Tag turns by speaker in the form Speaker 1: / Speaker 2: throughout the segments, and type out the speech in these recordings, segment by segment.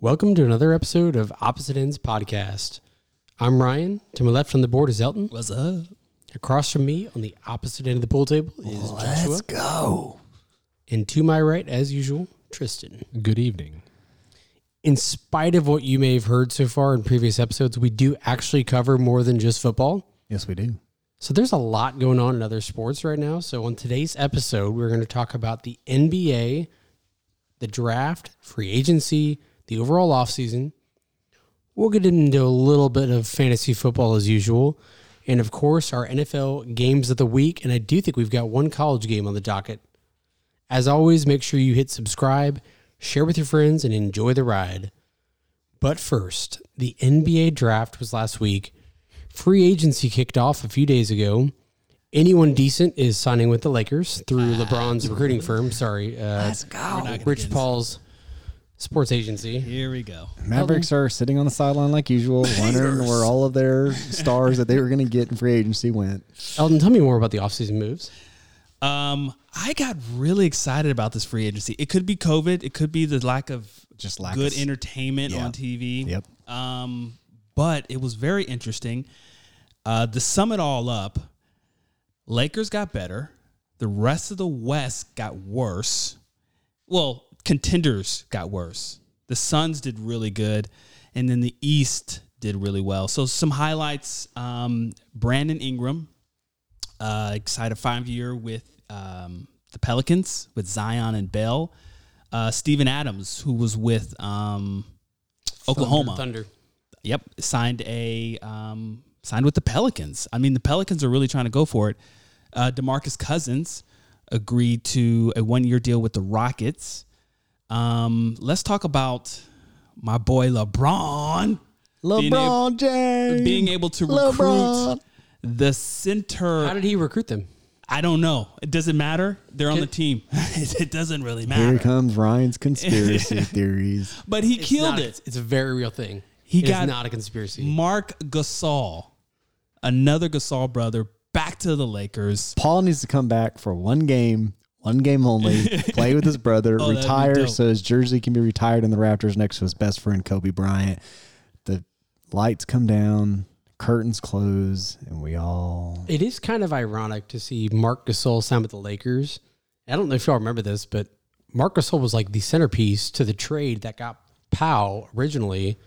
Speaker 1: Welcome to another episode of Opposite Ends Podcast. I'm Ryan. To my left on the board is Elton.
Speaker 2: What's up?
Speaker 1: Across from me on the opposite end of the pool table is Joshua.
Speaker 2: go.
Speaker 1: And to my right, as usual, Tristan.
Speaker 3: Good evening.
Speaker 1: In spite of what you may have heard so far in previous episodes, we do actually cover more than just football.
Speaker 2: Yes, we do.
Speaker 1: So there's a lot going on in other sports right now. So on today's episode, we're going to talk about the NBA, the draft, free agency, the overall offseason. We'll get into a little bit of fantasy football as usual. And of course, our NFL games of the week. And I do think we've got one college game on the docket. As always, make sure you hit subscribe, share with your friends, and enjoy the ride. But first, the NBA draft was last week. Free agency kicked off a few days ago. Anyone decent is signing with the Lakers through
Speaker 2: Ah.
Speaker 1: LeBron's recruiting firm. Sorry, uh, Rich Paul's sports agency.
Speaker 2: Here we go.
Speaker 3: Mavericks are sitting on the sideline like usual, wondering where all of their stars that they were going to get in free agency went.
Speaker 1: Eldon, tell me more about the offseason moves.
Speaker 2: Um, I got really excited about this free agency. It could be COVID. It could be the lack of
Speaker 3: Just lack
Speaker 2: good
Speaker 3: of-
Speaker 2: entertainment
Speaker 3: Yeah.
Speaker 2: on TV.
Speaker 3: Yep.
Speaker 2: Um, but it was very interesting. Uh, to sum it all up, Lakers got better. The rest of the West got worse. Well, contenders got worse. The Suns did really good, and then the East did really well. So some highlights: um, Brandon Ingram uh, signed a five-year with um, the Pelicans with Zion and Bell. Uh, Steven Adams, who was with um, Oklahoma,
Speaker 1: Thunder.
Speaker 2: Yep, signed a um, signed with the Pelicans. I mean, the Pelicans are really trying to go for it. Uh, Demarcus Cousins agreed to a one year deal with the Rockets. Um, let's talk about my boy LeBron
Speaker 3: LeBron James.
Speaker 2: being able to
Speaker 3: LeBron.
Speaker 2: recruit the center.
Speaker 1: How did he recruit them?
Speaker 2: I don't know. It doesn't matter. They're on the team. it doesn't really
Speaker 3: Here
Speaker 2: matter.
Speaker 3: comes Ryan's conspiracy theories.
Speaker 2: But he killed
Speaker 1: not a-
Speaker 2: it.
Speaker 1: It's a very real thing.
Speaker 2: He
Speaker 1: It is
Speaker 2: got-
Speaker 1: not a conspiracy.
Speaker 2: Mark Gasol, another Gasol brother, back to the Lakers.
Speaker 3: Paul needs to come back for one game, one game only, play with his brother,
Speaker 2: Oh, that'd be
Speaker 3: retire
Speaker 2: dope.
Speaker 3: so his jersey can be retired in the Raptors next to his best friend, Kobe Bryant. The lights come down, curtains close, and we all.
Speaker 1: It is kind of ironic to see Mark Gasol sign with the Lakers. I don't know if y'all remember this, but Mark Gasol was like the centerpiece to the trade that got Powell originally.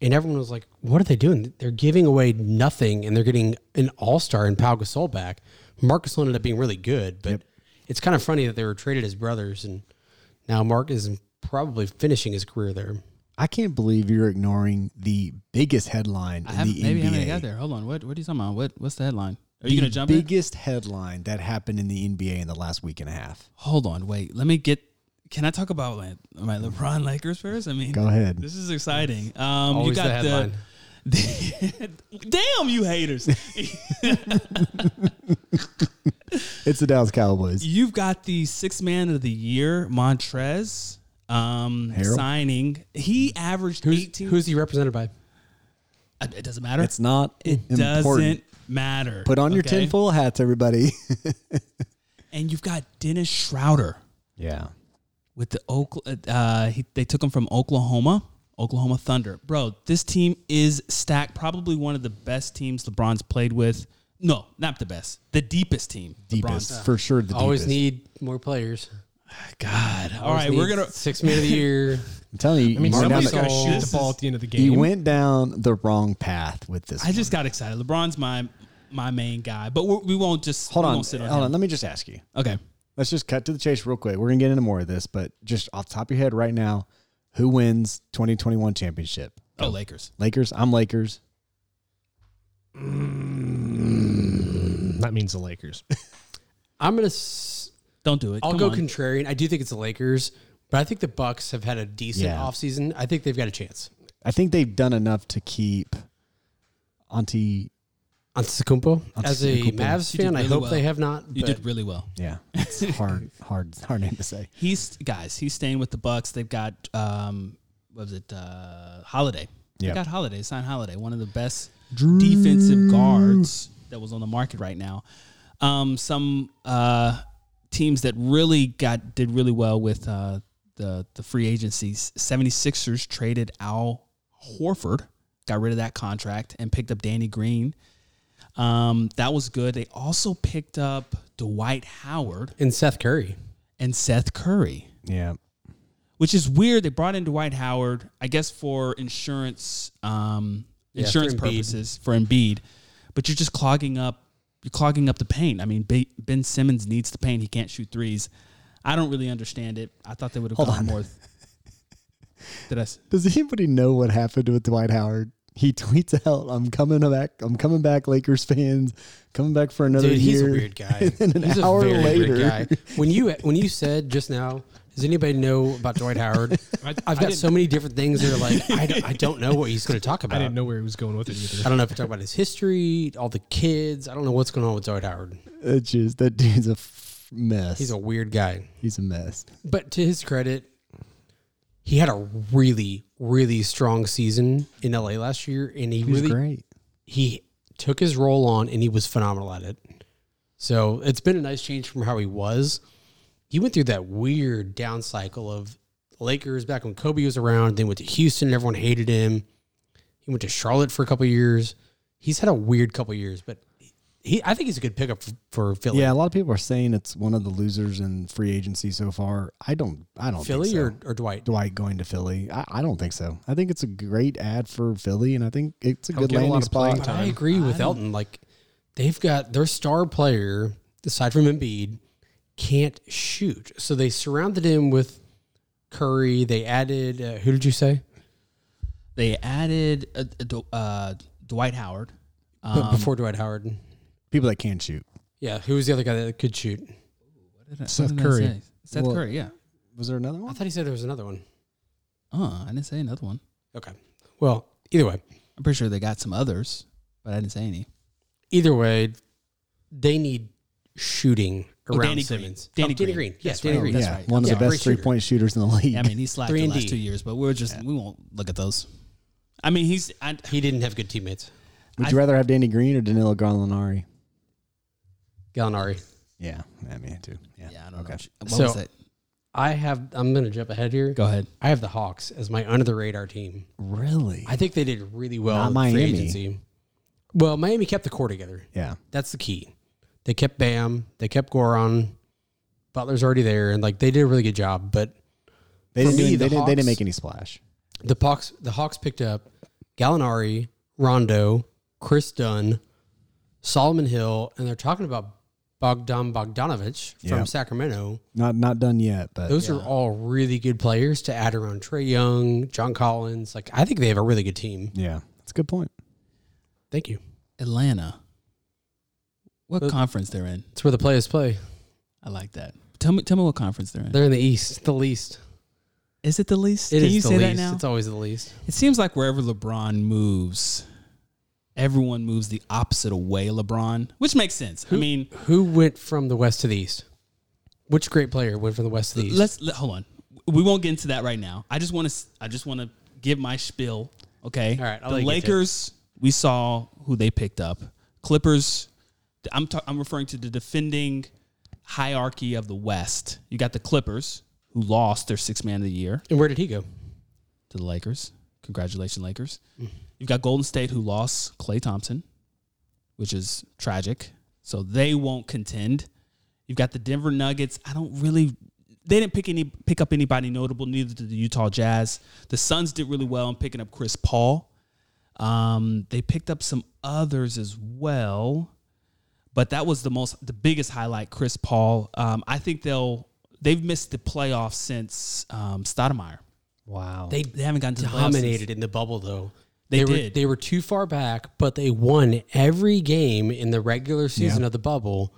Speaker 1: And everyone was like, what are they doing? They're giving away nothing and they're getting an all star and Powell Gasol back. Mark Gasol ended up being really good, but it's kind of funny that they were traded as brothers. And now Mark is probably finishing his career there.
Speaker 3: I can't believe you're ignoring the biggest headline in the
Speaker 2: maybe I haven't
Speaker 3: NBA.
Speaker 2: got there. Hold on. What what are you talking about? What what's the headline? Are
Speaker 3: the
Speaker 2: you gonna jump it?
Speaker 3: biggest headline that happened in the NBA in the last week and a half.
Speaker 2: Hold on. Wait. Let me get. Can I talk about my, my LeBron Lakers first? I mean,
Speaker 3: Go ahead.
Speaker 2: This is exciting. Um,
Speaker 1: Always
Speaker 2: you
Speaker 1: the
Speaker 2: got the,
Speaker 1: headline.
Speaker 2: damn you haters.
Speaker 3: It's the Dallas Cowboys.
Speaker 2: You've got the sixth man of the year, Montrez, um,
Speaker 3: Harrell.
Speaker 2: signing. He averaged eighteen.
Speaker 1: Who's he represented by?
Speaker 2: Uh, it doesn't matter.
Speaker 3: It's not
Speaker 2: it
Speaker 3: important.
Speaker 2: doesn't matter.
Speaker 3: Put on your
Speaker 2: okay?
Speaker 3: tinfoil hats, everybody.
Speaker 2: And you've got Dennis Schroeder.
Speaker 3: yeah.
Speaker 2: with the Oak, uh, he, they took him from Oklahoma, Oklahoma Thunder. Bro, this team is stacked. Probably one of the best teams LeBron's played with. No, not the best. The deepest team.
Speaker 3: Deepest.
Speaker 2: LeBron's.
Speaker 3: For sure the
Speaker 1: Always need
Speaker 3: deepest.
Speaker 1: more players.
Speaker 2: God. All right,
Speaker 1: Always
Speaker 2: we're
Speaker 1: need
Speaker 2: gonna.
Speaker 1: six man of the year.
Speaker 3: I'm telling you, you, went down
Speaker 1: somebody's
Speaker 3: the,
Speaker 1: gotta shoot
Speaker 2: the ball at
Speaker 3: the end of the game. You went down the wrong path with this.
Speaker 2: I just got excited. LeBron's my my main guy, but we're, we won't just
Speaker 3: hold
Speaker 2: we
Speaker 3: on.
Speaker 2: Won't sit on
Speaker 3: hold
Speaker 2: him.
Speaker 3: on. Let me just ask you.
Speaker 2: Okay,
Speaker 3: Let's just cut to the chase real quick. We're going to get into more of this, but just off the top of your head right now, who wins 2021 championship?
Speaker 2: oh Lakers.
Speaker 3: Lakers. I'm Lakers.
Speaker 1: Mm,
Speaker 4: That means the Lakers.
Speaker 1: I'm gonna. S-
Speaker 2: Don't do it.
Speaker 1: I'll
Speaker 2: Come
Speaker 1: go
Speaker 2: on.
Speaker 1: contrarian. I do think it's the Lakers, but I think the Bucks have had a decent
Speaker 3: Yeah.
Speaker 1: offseason. I think they've got a chance.
Speaker 3: I think they've done enough to keep Auntie.
Speaker 1: Antetokounmpo, as a
Speaker 3: Antetokounmpo.
Speaker 1: Mavs
Speaker 2: You did
Speaker 1: fan, I
Speaker 2: really
Speaker 1: hope
Speaker 2: well.
Speaker 1: they have not.
Speaker 2: you
Speaker 1: but
Speaker 2: did really well.
Speaker 3: Yeah, it's hard, hard, hard name to say.
Speaker 2: He's guys. He's staying with the Bucks. They've got um, what was it? Uh, Holiday. They
Speaker 3: Yeah.
Speaker 2: got Holiday. Sign Holiday. One of the best defensive guards that was on the market right now. Um, some uh, teams that really got did really well with uh, the the free agency, 76ers traded Al Horford, got rid of that contract and picked up Danny Green. Um, that was good. They also picked up Dwight Howard
Speaker 1: And Seth Curry.
Speaker 2: and Seth Curry,
Speaker 3: Yeah.
Speaker 2: which is weird. They brought in Dwight Howard, I guess, for insurance um,
Speaker 1: Yeah, for
Speaker 2: insurance
Speaker 1: Embiid.
Speaker 2: purposes for Embiid, but you're just clogging up. You're clogging up the paint. I mean, Ba- Ben Simmons needs the paint. He can't shoot threes. I don't really understand it. I thought they would have
Speaker 3: Hold
Speaker 2: gone
Speaker 3: on.
Speaker 2: more. Did I? s-
Speaker 3: Does anybody know what happened with Dwight Howard? He tweets out, "I'm coming back. I'm coming back, Lakers fans. Coming back for another
Speaker 1: Dude,
Speaker 3: year."
Speaker 1: he's a weird guy.
Speaker 3: And an
Speaker 1: he's
Speaker 3: hour
Speaker 1: a very weird
Speaker 3: later-
Speaker 1: guy. When you when you said just now, does anybody know about Dwight Howard?
Speaker 4: I,
Speaker 1: I've
Speaker 4: I
Speaker 1: got
Speaker 4: didn't-
Speaker 1: so many different things that are like I, don't- I don't know what he's going to talk about.
Speaker 4: I didn't know where he was going with it either.
Speaker 1: I don't know if you're talking about his history, all the kids. I don't know what's going on with Dwight Howard.
Speaker 3: It's just that dude's a f- mess.
Speaker 1: He's a weird guy.
Speaker 3: He's a mess.
Speaker 1: But to his credit, he had a really really strong season in LA last year, and he
Speaker 3: He's
Speaker 1: really
Speaker 3: great.
Speaker 1: he took his role on and he was phenomenal at it. So it's been a nice change from how he was. He went through that weird down cycle of Lakers back when Kobe was around, then went to Houston, everyone hated him. He went to Charlotte for a couple years. He's had a weird couple years, but he I think he's a good pickup for, for Philly.
Speaker 3: Yeah, a lot of people are saying it's one of the losers in free agency so far. I don't. I don't.
Speaker 1: Philly
Speaker 3: think so.
Speaker 1: or, or Dwight?
Speaker 3: Dwight going to Philly? I, I don't think so. I think it's a great ad for Philly, and I think it's a
Speaker 4: He'll
Speaker 3: good
Speaker 4: get a lot
Speaker 3: landing
Speaker 4: of playing
Speaker 3: spot.
Speaker 1: But I
Speaker 4: time.
Speaker 1: agree with Elton. Like they've got their star player, aside from Embiid, can't shoot. So they surrounded him with Curry. They added uh, who did you say?
Speaker 2: They added uh, uh, Dw- uh, Dwight Howard. Um,
Speaker 1: But before Dwight Howard.
Speaker 3: People that can shoot.
Speaker 1: Yeah, who was the other guy that could shoot?
Speaker 2: What did I- what
Speaker 4: Seth
Speaker 2: did I
Speaker 4: Curry.
Speaker 2: say? Seth
Speaker 3: Well-
Speaker 2: Curry. Yeah.
Speaker 3: Was there another
Speaker 1: I
Speaker 3: one?
Speaker 1: thought he said there was another one.
Speaker 2: Oh, I didn't say another one.
Speaker 1: Okay. Well, either way,
Speaker 2: I'm pretty sure they got some others, but I didn't say any.
Speaker 1: either way, they need shooting around
Speaker 2: Danny
Speaker 1: Simmons.
Speaker 2: Green.
Speaker 1: Oh,
Speaker 2: Danny
Speaker 1: Danny
Speaker 2: Green.
Speaker 1: Green.
Speaker 2: That's
Speaker 1: Yes, Danny
Speaker 2: right.
Speaker 1: Green.
Speaker 2: That's
Speaker 3: yeah,
Speaker 2: right.
Speaker 3: one of
Speaker 1: Yeah.
Speaker 3: the best
Speaker 1: Great shooter.
Speaker 3: three point shooters in the league.
Speaker 2: Yeah, I mean, he slacked
Speaker 1: Three
Speaker 2: the
Speaker 1: and
Speaker 2: last
Speaker 1: D.
Speaker 2: two years, but we're just we won't look at those. I mean, he's I,
Speaker 1: He didn't have good teammates.
Speaker 3: Would
Speaker 2: I-
Speaker 3: you rather have Danny Green or Danilo Gallinari?
Speaker 1: Gallinari.
Speaker 3: Yeah, I mean, too.
Speaker 2: yeah, I don't know. What
Speaker 1: So-
Speaker 2: was that?
Speaker 1: I have. I'm going to jump ahead here.
Speaker 2: Go ahead.
Speaker 1: I have the Hawks as my under the radar team.
Speaker 3: Really?
Speaker 1: I think they did really well
Speaker 3: Not
Speaker 1: in
Speaker 3: Miami.
Speaker 1: free agency. Well, Miami kept the core together.
Speaker 3: yeah.
Speaker 1: That's the key. They kept Bam. They kept Goron. Butler's already there, and like they did a really good job. But
Speaker 3: They
Speaker 1: For
Speaker 3: didn't, do
Speaker 1: me,
Speaker 3: any-
Speaker 1: the
Speaker 3: they, didn't, they
Speaker 1: Hawks-
Speaker 3: didn't make any splash.
Speaker 1: the Hawks, the Hawks picked up Gallinari, Rondo, Chris Dunn, Solomon Hill, and they're talking about Bogdan Bogdanovich from
Speaker 3: Yeah.
Speaker 1: Sacramento.
Speaker 3: Not not done yet, but
Speaker 1: Those are all really good players to add around Trey Young, John Collins. Like I think they have a really good team.
Speaker 3: yeah, that's a good point.
Speaker 1: Thank you.
Speaker 2: Atlanta. What
Speaker 1: But-
Speaker 2: conference they're in?
Speaker 1: It's where the players play.
Speaker 2: I like that. Tell me, tell me what conference they're in.
Speaker 1: They're in the East, the least.
Speaker 2: Is it the least?
Speaker 1: It is
Speaker 2: Can you
Speaker 1: the
Speaker 2: say
Speaker 1: least.
Speaker 2: that now?
Speaker 1: It's always the least.
Speaker 2: it seems like wherever LeBron moves, everyone moves the opposite of way LeBron, which makes sense. I mean,
Speaker 1: Who went from the west to the east? Which great player went from the west to the east?
Speaker 2: Let's let, hold on. We won't get into that right now. I just want to. I just want to give my spiel. Okay.
Speaker 1: All right, I'll
Speaker 2: the
Speaker 1: let you get to it.
Speaker 2: Lakers. We saw who they picked up. Clippers. I'm ta- I'm referring to the defending hierarchy of the West. You got the Clippers who lost their sixth man of the year
Speaker 1: and where did he go?
Speaker 2: to the Lakers. Congratulations, Lakers. You've got Golden State who lost Clay Thompson, which is tragic. So they won't contend. You've got the Denver Nuggets. I don't really they didn't pick any pick up anybody notable, neither did the Utah Jazz. The Suns did really well in picking up Chris Paul. Um, they picked up some others as well. But that was the most the biggest highlight, Chris Paul. Um, I think they'll they've missed the playoffs since um, Stoudemire.
Speaker 3: Wow.
Speaker 2: They, they haven't gotten to the playoffs since-
Speaker 1: Dominated in the bubble though.
Speaker 2: They
Speaker 1: were,
Speaker 2: did.
Speaker 1: They were too far back, but they won every game in the regular season of the bubble,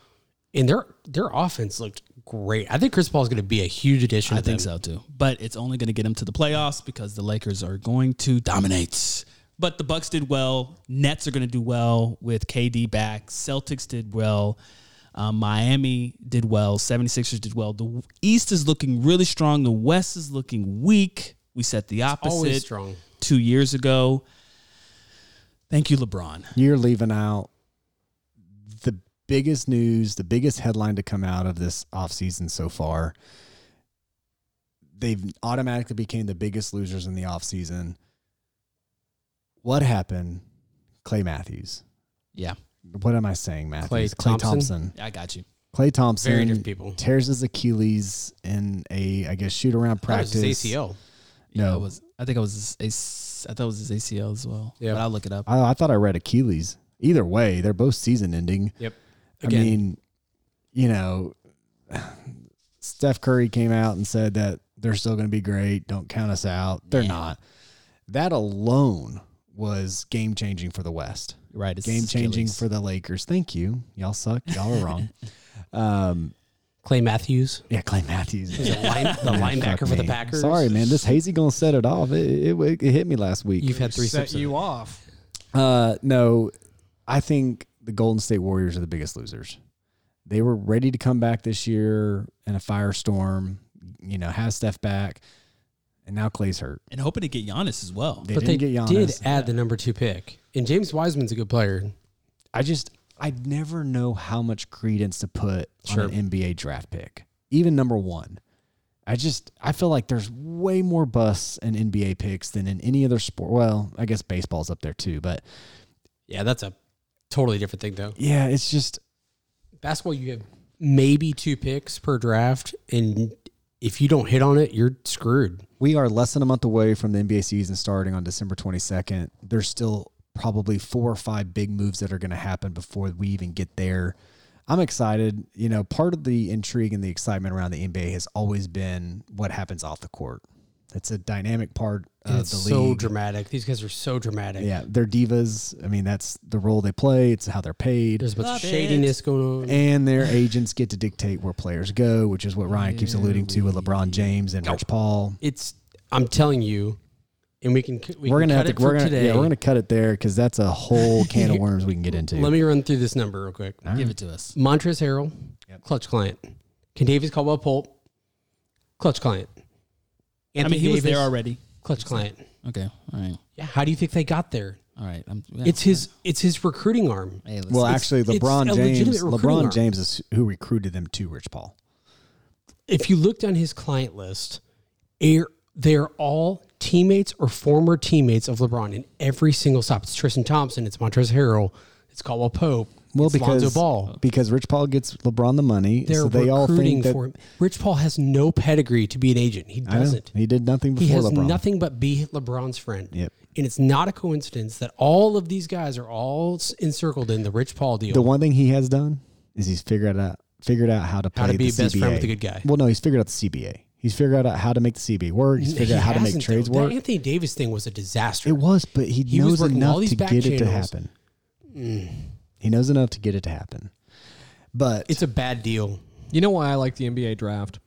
Speaker 1: and their their offense looked great. I think Chris Paul is going to be a huge addition.
Speaker 2: I
Speaker 1: to them.
Speaker 2: think so too. But it's only going to get them to the playoffs because the Lakers are going to dominate. But the Bucks did well. Nets are going to do well with KD back. Celtics did well. Um, Miami did well. 76ers did well. The East is looking really strong. The West is looking weak. We set the
Speaker 1: Always
Speaker 2: opposite
Speaker 1: strong.
Speaker 2: two years ago. Thank you, LeBron.
Speaker 3: You're leaving out the biggest news, the biggest headline to come out of this offseason so far. they've automatically became the biggest losers in the offseason. What happened? Clay Matthews.
Speaker 2: Yeah.
Speaker 3: What am I saying, Matthews? Clay
Speaker 1: Thompson?
Speaker 3: Thompson.
Speaker 2: I got you.
Speaker 3: Clay Thompson.
Speaker 1: Very different people.
Speaker 3: Tears his Achilles in a, I guess, shoot around practice.
Speaker 1: That was his ACL.
Speaker 2: Yeah,
Speaker 3: No.
Speaker 2: it was. I think it was his, I thought it was his ACL as well.
Speaker 1: Yeah.
Speaker 2: but I'll look it up.
Speaker 3: I, I thought I read Achilles. Either way, they're both season ending.
Speaker 1: Yep.
Speaker 3: I
Speaker 1: Again.
Speaker 3: mean, you know, Steph Curry came out and said that they're still going to be great. Don't count us out. They're
Speaker 2: Yeah.
Speaker 3: not. That alone was game changing for the West.
Speaker 2: Right, it's
Speaker 3: Game
Speaker 2: his
Speaker 3: changing
Speaker 2: Achilles.
Speaker 3: for the Lakers. Thank you. Y'all suck. Y'all are wrong. um,
Speaker 1: Clay Matthews,
Speaker 3: yeah, Clay Matthews.
Speaker 1: the, line, the
Speaker 3: Man, fuck
Speaker 1: linebacker for the
Speaker 3: me.
Speaker 1: Packers.
Speaker 3: Sorry, man. This hazy gonna set it off. It, it, it hit me last week.
Speaker 1: You've had three
Speaker 4: set
Speaker 1: sips. of
Speaker 4: you
Speaker 1: it.
Speaker 4: off.
Speaker 3: Uh, no, I think the Golden State Warriors are the biggest losers. They were ready to come back this year in a firestorm, you know, have Steph back, and now Clay's hurt.
Speaker 2: and hoping to get Giannis as well.
Speaker 3: They
Speaker 1: but they
Speaker 3: didn't get
Speaker 1: did
Speaker 3: Giannis.
Speaker 1: add the number two pick, and James Wiseman's a good player.
Speaker 3: I just, I never know how much credence to put
Speaker 1: Sure.
Speaker 3: on an NBA draft pick, even number one. I just, I feel like there's way more busts in NBA picks than in any other sport. Well, I guess baseball's up there too, but
Speaker 1: Yeah, that's a totally different thing, though.
Speaker 3: yeah, it's just,
Speaker 1: Basketball, you have maybe two picks per draft, and if you don't hit on it, you're screwed.
Speaker 3: We are less than a month away from the NBA season starting on December 22nd. There's still probably four or five big moves that are going to happen before we even get there. I'm excited. You know, part of the intrigue and the excitement around the NBA has always been what happens off the court. It's a dynamic part
Speaker 1: And
Speaker 3: of
Speaker 1: it's
Speaker 3: Uh, the
Speaker 1: so
Speaker 3: league.
Speaker 1: dramatic. These guys are so dramatic.
Speaker 3: yeah, they're divas. I mean, that's the role they play. It's how they're paid.
Speaker 1: There's a bunch
Speaker 2: Love
Speaker 1: of
Speaker 2: it.
Speaker 1: shadiness going on.
Speaker 3: and their agents get to dictate where players go, which is what Ryan keeps alluding to with LeBron James and Rich Paul.
Speaker 1: it's I'm telling you, and we can we
Speaker 3: we are
Speaker 1: can
Speaker 3: gonna
Speaker 1: cut
Speaker 3: have
Speaker 1: it
Speaker 3: to
Speaker 1: for
Speaker 3: we're gonna
Speaker 1: today.
Speaker 3: yeah we're gonna cut it there because that's a whole can of worms we can get into.
Speaker 1: Let me run through this number real quick.
Speaker 3: All right.
Speaker 2: Give it to us.
Speaker 1: Montrezl Harrell, clutch client. Can Davis Caldwell Pope, clutch client.
Speaker 2: I mean, he was there already.
Speaker 1: Clutch client.
Speaker 2: Okay, all right,
Speaker 1: Yeah. How do you think they got there?
Speaker 2: all right. I'm, yeah.
Speaker 1: It's his it's his recruiting arm.
Speaker 2: Hey, let's-
Speaker 3: well,
Speaker 1: it's-
Speaker 3: actually,
Speaker 1: it's
Speaker 3: LeBron
Speaker 1: a
Speaker 3: James
Speaker 1: legitimate recruiting
Speaker 3: LeBron
Speaker 1: arm.
Speaker 3: James is who recruited them to Rich Paul.
Speaker 1: If you look down his client list, air they're all teammates or former teammates of LeBron in every single stop. It's Tristan Thompson. It's Montrezl Harrell. It's Caldwell Pope.
Speaker 3: Well,
Speaker 1: it's
Speaker 3: because
Speaker 1: Lonzo Ball.
Speaker 3: because Rich Paul gets LeBron the money,
Speaker 1: They're
Speaker 3: so they all
Speaker 1: recruiting
Speaker 3: think that
Speaker 1: for him. Rich Paul has no pedigree to be an agent. He
Speaker 3: I know,
Speaker 1: doesn't.
Speaker 3: he did nothing before
Speaker 1: He has
Speaker 3: LeBron.
Speaker 1: nothing but be LeBron's friend.
Speaker 3: Yep.
Speaker 1: And it's not a coincidence that all of these guys are all s- encircled in the Rich Paul deal.
Speaker 3: The one thing he has done is he's figured out figured out how to play
Speaker 1: How to be
Speaker 3: the
Speaker 1: best
Speaker 3: CBA.
Speaker 1: friend with a good guy.
Speaker 3: Well, no, he's figured out the CBA. He's figured out how to make the CBA work. He's figured
Speaker 1: He
Speaker 3: out how to make
Speaker 1: hasn't,
Speaker 3: trades
Speaker 1: though. That
Speaker 3: work.
Speaker 1: Anthony Davis thing was a disaster.
Speaker 3: It was, but he,
Speaker 1: He was
Speaker 3: knows
Speaker 1: working all
Speaker 3: enough
Speaker 1: these
Speaker 3: to
Speaker 1: back
Speaker 3: get it to
Speaker 1: channels. Mm.
Speaker 3: happen. He knows enough to get it to happen. But
Speaker 1: it's a bad deal.
Speaker 4: You know why I like the NBA draft?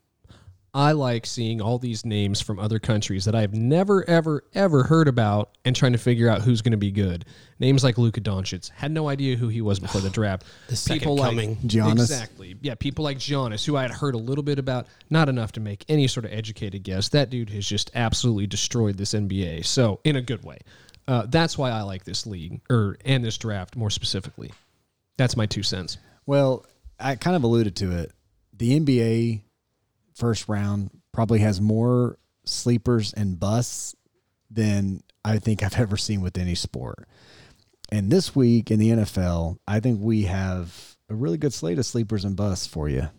Speaker 4: I like seeing all these names from other countries that I've never, ever, ever heard about and trying to figure out who's going to be good. Names like Luka Doncic. Had no idea who he was before the draft.
Speaker 1: The second coming.
Speaker 3: Giannis.
Speaker 4: Exactly. Yeah, people like Giannis, who I had heard a little bit about, not enough to make any sort of educated guess. That dude has just absolutely destroyed this NBA. So, in a good way. Uh, that's why I like this league or and this draft more specifically. That's my two cents.
Speaker 3: Well, I kind of alluded to it. The NBA first round probably has more sleepers and busts than I think I've ever seen with any sport. And this week in the NFL, I think we have a really good slate of sleepers and busts for you.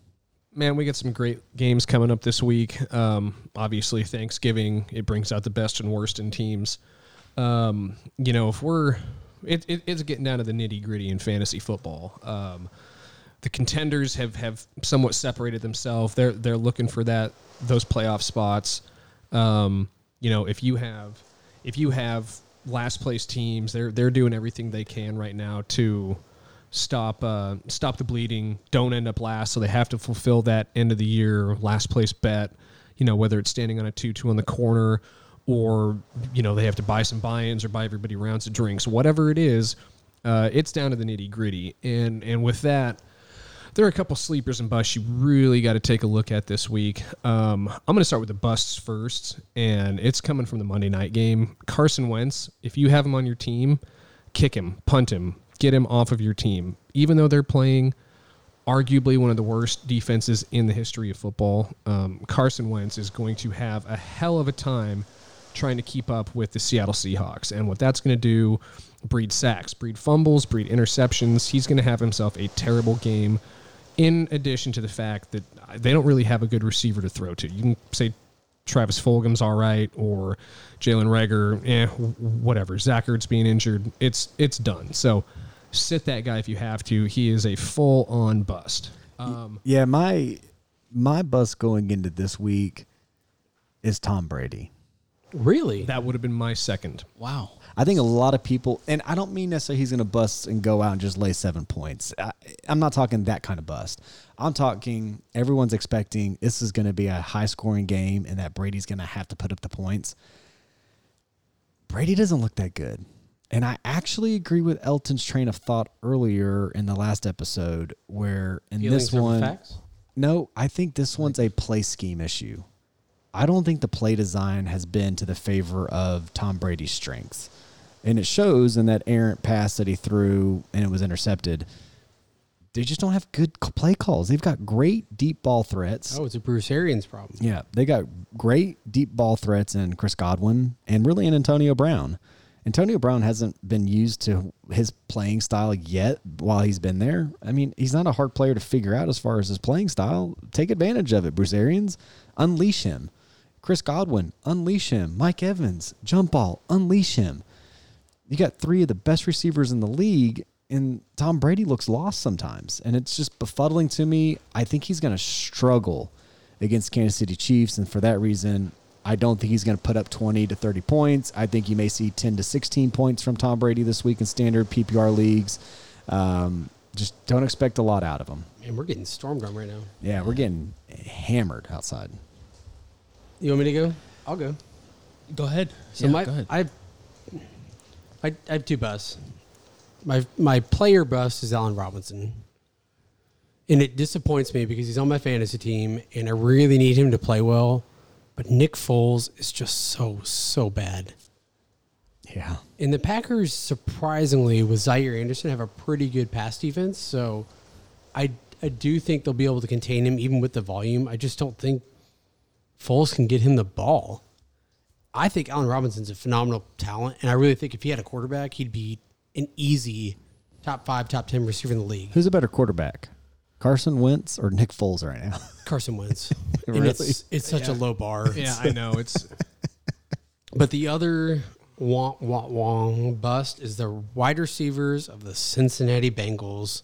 Speaker 4: man, we got some great games coming up this week. Um, obviously, Thanksgiving it brings out the best and worst in teams. Um, you know, if we're it, it, it's getting down to the nitty gritty in fantasy football. Um, the contenders have have somewhat separated themselves. They're they're looking for that those playoff spots. Um, you know, if you have if you have last place teams, they're they're doing everything they can right now to stop uh, stop the bleeding. Don't end up last, so they have to fulfill that end of the year last place bet. You know, whether it's standing on a two two on the corner, or you know they have to buy some buy-ins or buy everybody rounds of drinks, whatever it is. Uh, it's down to the nitty gritty, and and with that, there are a couple sleepers and busts you really got to take a look at this week. Um, I'm going to start with the busts first, and it's coming from the Monday night game. Carson Wentz, if you have him on your team, kick him, punt him, get him off of your team. Even though they're playing arguably one of the worst defenses in the history of football. Um, Carson Wentz is going to have a hell of a time trying to keep up with the Seattle Seahawks. And what that's going to do, breed sacks, breed fumbles, breed interceptions. He's going to have himself a terrible game, in addition to the fact that they don't really have a good receiver to throw to. You can say Travis Fulgham's all right, or Jalen Rager, eh, whatever. Zachert's being injured. It's it's done. So sit that guy if you have to. He is a full on bust. Um,
Speaker 3: Yeah, my my bus going into this week is Tom Brady.
Speaker 1: Really?
Speaker 4: that would have been my second.
Speaker 2: Wow.
Speaker 3: I think a lot of people, and I don't mean necessarily he's going to bust and go out and just lay seven points. I, I'm not talking that kind of bust. I'm talking everyone's expecting this is going to be a high scoring game and that Brady's going to have to put up the points. Brady doesn't look that good. And I actually agree with Elton's train of thought earlier in the last episode, where in
Speaker 1: Feelings
Speaker 3: this
Speaker 1: over
Speaker 3: one,
Speaker 1: facts?
Speaker 3: no, I think this one's a play scheme issue. I don't think the play design has been to the favor of Tom Brady's strengths. And it shows in that errant pass that he threw and it was intercepted. They just don't have good c- play calls. They've got great deep ball threats.
Speaker 1: Oh, it's a Bruce Arians problem.
Speaker 3: Yeah, they got great deep ball threats in Chris Godwin and really in Antonio Brown. Antonio Brown hasn't been used to his playing style yet while he's been there. I mean, he's not a hard player to figure out as far as his playing style. Take advantage of it, Bruce Arians. Unleash him. Chris Godwin, unleash him. Mike Evans, jump ball, unleash him. You got three of the best receivers in the league, and Tom Brady looks lost sometimes. And it's just befuddling to me. I think he's going to struggle against Kansas City Chiefs. And for that reason, I don't think he's going to put up 20 to 30 points. I think you may see 10 to 16 points from Tom Brady this week in standard PPR leagues. Um, just don't expect a lot out of him.
Speaker 1: Man, we're getting stormed on right now.
Speaker 3: Yeah, we're getting hammered outside.
Speaker 1: You want me to go? I'll go.
Speaker 2: Go ahead.
Speaker 1: So my I, I I have two busts. My my player bust is Allen Robinson. And it disappoints me because he's on my fantasy team and I really need him to play well. But Nick Foles is just so, so bad.
Speaker 3: Yeah.
Speaker 1: And the Packers, surprisingly, with Zaire Anderson, have a pretty good pass defense. So I, I do think they'll be able to contain him even with the volume. I just don't think Foles can get him the ball. I think Allen Robinson's a phenomenal talent. And I really think if he had a quarterback, he'd be an easy top five, top 10 receiver in the league.
Speaker 3: Who's a better quarterback, Carson Wentz or Nick Foles right now?
Speaker 1: Carson Wentz. And it's, it's such a low bar.
Speaker 4: Yeah, I know it's
Speaker 1: But the other wah wah wah bust is the wide receivers of the Cincinnati Bengals,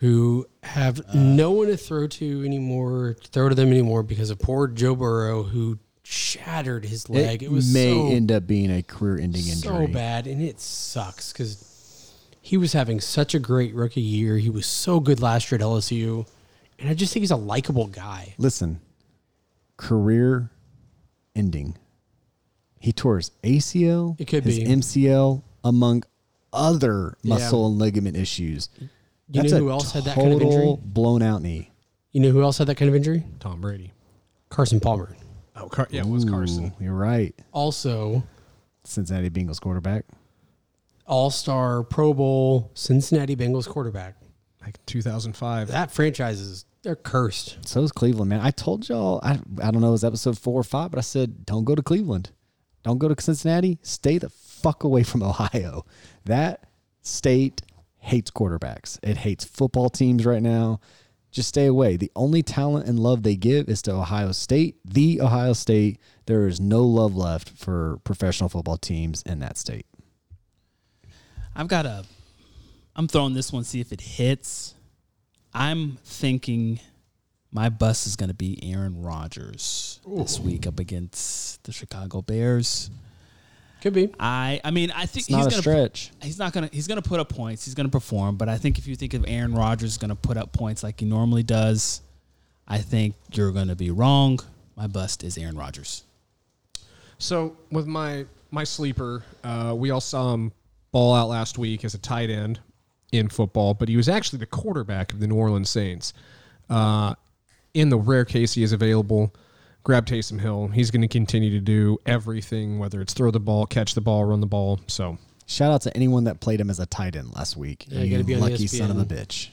Speaker 1: who have
Speaker 3: Uh,
Speaker 1: no one to throw to anymore, to throw to them anymore because of poor Joe Burrow, who shattered his leg. It, was
Speaker 3: may
Speaker 1: so,
Speaker 3: end up being a career-ending
Speaker 1: so
Speaker 3: injury.
Speaker 1: bad, and it sucks because he was having such a great rookie year. He was so good last year at LSU, and I just think he's a likable guy.
Speaker 3: Listen, career ending. He tore his ACL,
Speaker 1: It could
Speaker 3: his
Speaker 1: be.
Speaker 3: MCL, among other
Speaker 1: Yeah.
Speaker 3: muscle and ligament issues.
Speaker 1: You know who else had that kind of injury?
Speaker 3: blown out knee.
Speaker 1: You know who else had that kind of injury?
Speaker 4: Tom Brady.
Speaker 1: Carson Palmer.
Speaker 4: Oh, Car- yeah, it was Carson.
Speaker 3: Ooh, Mm, You're right.
Speaker 1: Also,
Speaker 3: Cincinnati Bengals quarterback.
Speaker 1: All Star, Pro Bowl, Cincinnati Bengals quarterback.
Speaker 4: Like 2005.
Speaker 1: That franchise is they're cursed.
Speaker 3: So is Cleveland, man. I told y'all, I, I don't know, it was episode four or five, but I said, don't go to Cleveland. Don't go to Cincinnati. Stay the fuck away from Ohio. That state hates quarterbacks, it hates football teams right now. Just stay away. The only talent and love they give is to Ohio State, the Ohio State. There is no love left for professional football teams in that state.
Speaker 2: I've got a. I'm throwing this one. See if it hits. I'm thinking my bus is going to be Aaron Rodgers this week up against the Chicago Bears.
Speaker 1: Could be.
Speaker 2: I I mean I think
Speaker 3: It's not a
Speaker 2: he's going to
Speaker 3: stretch.
Speaker 2: he's not going to he's going to put up points. He's going to perform, but I think if you think of Aaron Rodgers is going to put up points like he normally does, I think you're going to be wrong. My bust is Aaron Rodgers.
Speaker 4: So with my my sleeper, uh, we all saw him ball out last week as a tight end in football, but he was actually the quarterback of the New Orleans Saints. Uh, in the rare case he is available, grab Taysom Hill. He's going to continue to do everything, whether it's throw the ball, catch the ball, run the ball. So
Speaker 3: Shout out to anyone that played him as a tight end last week.
Speaker 1: Yeah, you
Speaker 3: you
Speaker 1: gotta be on E
Speaker 3: lucky son of a
Speaker 1: ESPN.
Speaker 3: bitch.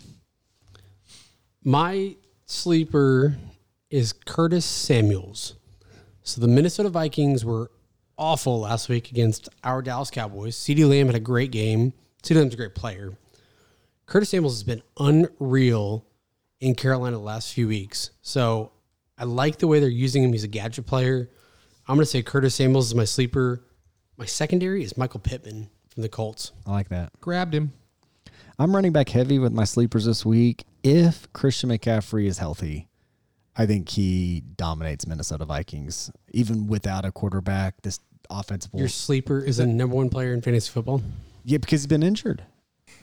Speaker 1: My sleeper is Curtis Samuels. So the Minnesota Vikings were awful last week against our Dallas Cowboys. CeeDee Lamb had a great game. CeeDee Lamb's a great player. Curtis Samuels has been unreal in Carolina the last few weeks. So I like the way they're using him. He's a gadget player. I'm going to say Curtis Samuels is my sleeper. My secondary is Michael Pittman from the Colts.
Speaker 3: I like that.
Speaker 4: Grabbed him.
Speaker 3: I'm running back heavy with my sleepers this week. If Christian McCaffrey is healthy, I think he dominates Minnesota Vikings. Even without a quarterback, this offensive will
Speaker 1: Your sleeper is the number one player in fantasy football.
Speaker 3: Yeah, because he's been injured.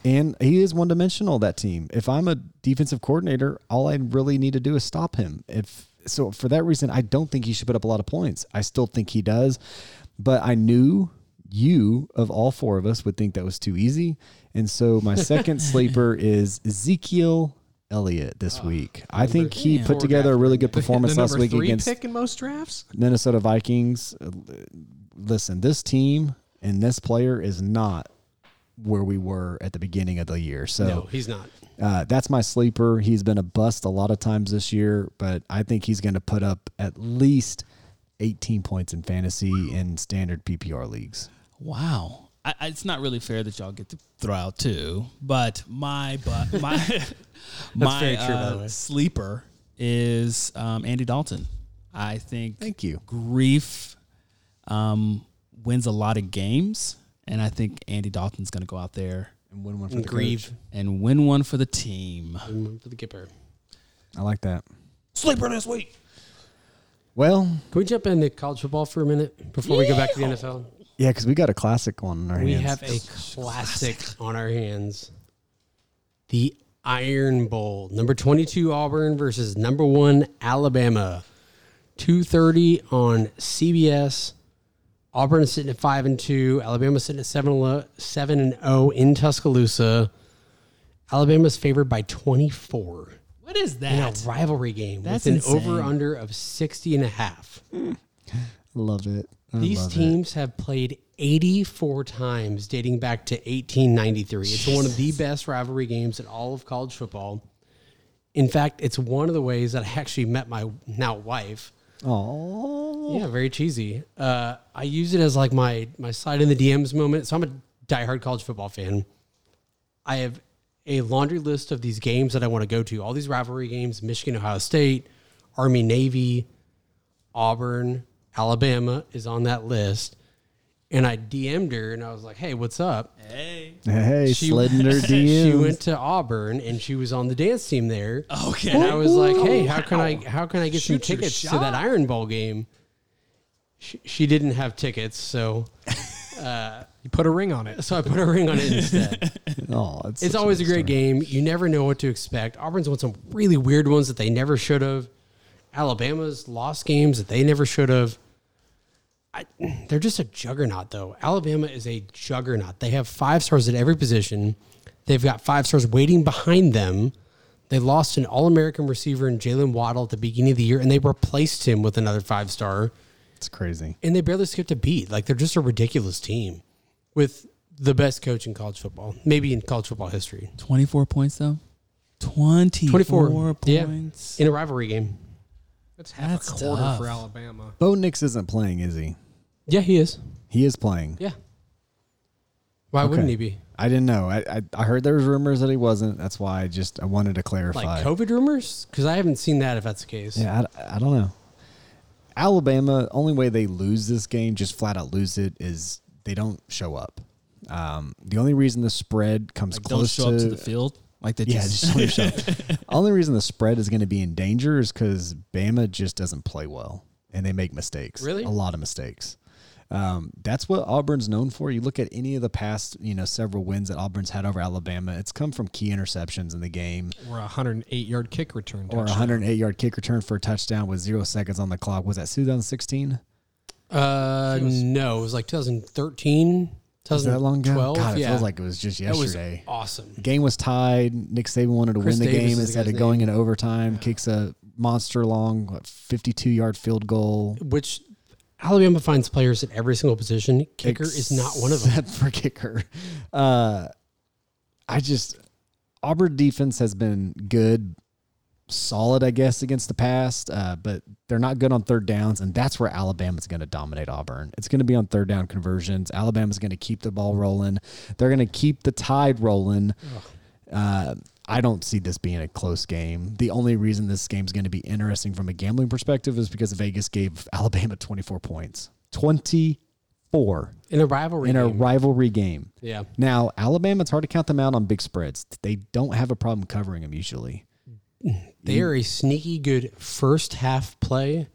Speaker 3: And he is one dimensional, that team. If I'm a defensive coordinator, all I really need to do is stop him. If so for that reason, I don't think he should put up a lot of points. I still think he does. But I knew you of all four of us would think that was too easy. And so my second sleeper is Ezekiel Elliott
Speaker 4: Ah,
Speaker 3: this week. I think he put together a really good performance
Speaker 4: the
Speaker 3: last
Speaker 4: number
Speaker 3: week
Speaker 4: three
Speaker 3: against
Speaker 4: pick in most drafts.
Speaker 3: Minnesota Vikings. uh, Listen, this team and this player is not where we were at the beginning of the year.
Speaker 1: No,
Speaker 3: So
Speaker 1: he's not.
Speaker 3: uh, that's my sleeper. He's been a bust a lot of times this year, but I think he's going to put up at least 18 points in fantasy in standard PPR leagues.
Speaker 2: Wow. I, I- it's not really fair that y'all get to throw out two, but my but my my
Speaker 1: very true, by
Speaker 2: uh,
Speaker 1: the way.
Speaker 2: sleeper is um, Andy Dalton. I think
Speaker 3: Thank you.
Speaker 2: grief um, wins a lot of games, and I think Andy Dalton's going to go out there
Speaker 3: And win one for
Speaker 1: And
Speaker 3: the
Speaker 1: grieve.
Speaker 2: and win one for the team.
Speaker 1: And for the Gipper.
Speaker 3: coach. I like that.
Speaker 2: Sleeper this week.
Speaker 3: Well,
Speaker 1: Can we jump into college football for a minute before we go back to the NFL?
Speaker 3: yeah, because we got a classic one on our
Speaker 1: We
Speaker 3: hands.
Speaker 1: have a classic on our hands. The Iron Bowl. Number 22 Auburn versus number 1 Alabama. 2:30 on CBS. Auburn is sitting at 5 and 2, Alabama sitting at 7 and lo- 7 and 0 in Tuscaloosa. Alabama's favored by 24
Speaker 2: What is that?
Speaker 1: in a rivalry game
Speaker 2: That's
Speaker 1: with an
Speaker 2: insane.
Speaker 1: over under of 60 and a half.
Speaker 3: love it. I
Speaker 1: These
Speaker 3: love it.
Speaker 1: teams have played 84 times dating back to 1893. It's one of the best rivalry games in all of college football. In fact, it's one of the ways that I actually met my now wife.
Speaker 3: Aw.
Speaker 1: Yeah, very cheesy. Uh, I use it as like my my side in the DMs moment. So I'm a diehard college football fan. I have a laundry list of these games that I want to go to. All these rivalry games: Michigan, Ohio State, Army, Navy, Auburn, Alabama is on that list. And I DM'd her and I was like, "Hey, what's up?"
Speaker 2: Hey.
Speaker 3: Hey, slid in her DMs.
Speaker 1: She went to Auburn and she was on the dance team there.
Speaker 2: Okay.
Speaker 1: And I was like, "Hey,
Speaker 4: Oh,
Speaker 1: how can I how can I get
Speaker 2: Shoot
Speaker 1: some
Speaker 2: your
Speaker 1: tickets to
Speaker 2: shot.
Speaker 1: that Iron Bowl game?" She, she didn't have tickets, so uh,
Speaker 4: You put a ring on it.
Speaker 1: so I put a ring on it instead.
Speaker 3: Oh, it's,
Speaker 1: it's
Speaker 3: such
Speaker 1: always a
Speaker 3: good
Speaker 1: great game. You never know what to expect. Auburn's won some really weird ones that they never should have. Alabama's lost games that they never should have. I, they're just a juggernaut, though. Alabama is a juggernaut. They have five stars at every position. They've got five stars waiting behind them. They lost an All American receiver in Jalen Waddle at the beginning of the year, and they replaced him with another five star
Speaker 3: story. It's crazy.
Speaker 1: and they barely skipped a beat. Like they're just a ridiculous team with the best coach in college football, maybe in college football history.
Speaker 2: 24 points, though? 24,
Speaker 1: 24, yeah.
Speaker 2: points.
Speaker 1: In a rivalry game.
Speaker 4: That's half
Speaker 2: That's
Speaker 4: a quarter
Speaker 2: tough.
Speaker 4: for Alabama.
Speaker 3: Bo Nix isn't playing, is he?
Speaker 1: Yeah, he is.
Speaker 3: He is playing.
Speaker 1: Yeah. Why wouldn't he be?
Speaker 3: I didn't know. I, I I heard there was rumors that he wasn't. That's why I just I wanted to clarify.
Speaker 1: Like COVID rumors? Because I haven't seen that if that's the case.
Speaker 3: Yeah, I, I don't know. Alabama, only way they lose this game, just flat out lose it, is they don't show up. Um, the only reason the spread comes
Speaker 2: Like, don't
Speaker 3: close
Speaker 2: show up to the field. Like they
Speaker 3: yeah,
Speaker 2: just,
Speaker 3: just don't show up. only reason the spread is going to be in danger is because Bama just doesn't play well and they make mistakes.
Speaker 1: Really?
Speaker 3: a lot of mistakes. Um, that's what Auburn's known for. You look at any of the past, you know, several wins that Auburn's had over Alabama. It's come from key interceptions in the game
Speaker 4: Or a 108 yard kick return.
Speaker 3: or a
Speaker 4: touchdown.
Speaker 3: 108 yard kick return for a touchdown with zero seconds on the clock. Was that 2016?
Speaker 1: Uh, no, it was like 2013,
Speaker 3: Was that long ago?
Speaker 1: 2012.
Speaker 3: God, it
Speaker 1: yeah.
Speaker 3: feels like it was just
Speaker 1: that was
Speaker 3: yesterday.
Speaker 1: awesome.
Speaker 3: Game was tied. Nick Saban wanted to
Speaker 1: Chris
Speaker 3: win the
Speaker 1: Davis is
Speaker 3: game
Speaker 1: the
Speaker 3: instead
Speaker 1: guy's
Speaker 3: of going in overtime. Kicks a monster long 52 yard field goal.
Speaker 1: Which Alabama finds players at every single position. Kicker is not one of them.
Speaker 3: Except for kicker. Uh, I just Auburn defense has been good, solid, I guess, against the past, uh, but they're not good on third downs, and that's where Alabama's going to dominate Auburn. It's going to be on third down conversions. Alabama's going to keep the ball rolling. They're going to keep the tide rolling. Uh, I don't see this being a close game. The only reason this game's going to be interesting from a gambling perspective is because Vegas gave Alabama 24 points. 24
Speaker 1: in a rivalry.
Speaker 3: in a
Speaker 1: game.
Speaker 3: rivalry game.
Speaker 1: yeah,
Speaker 3: Now, Alabama, it's hard to count them out on big spreads. They don't have a problem covering them usually.
Speaker 1: they are a sneaky good first half play.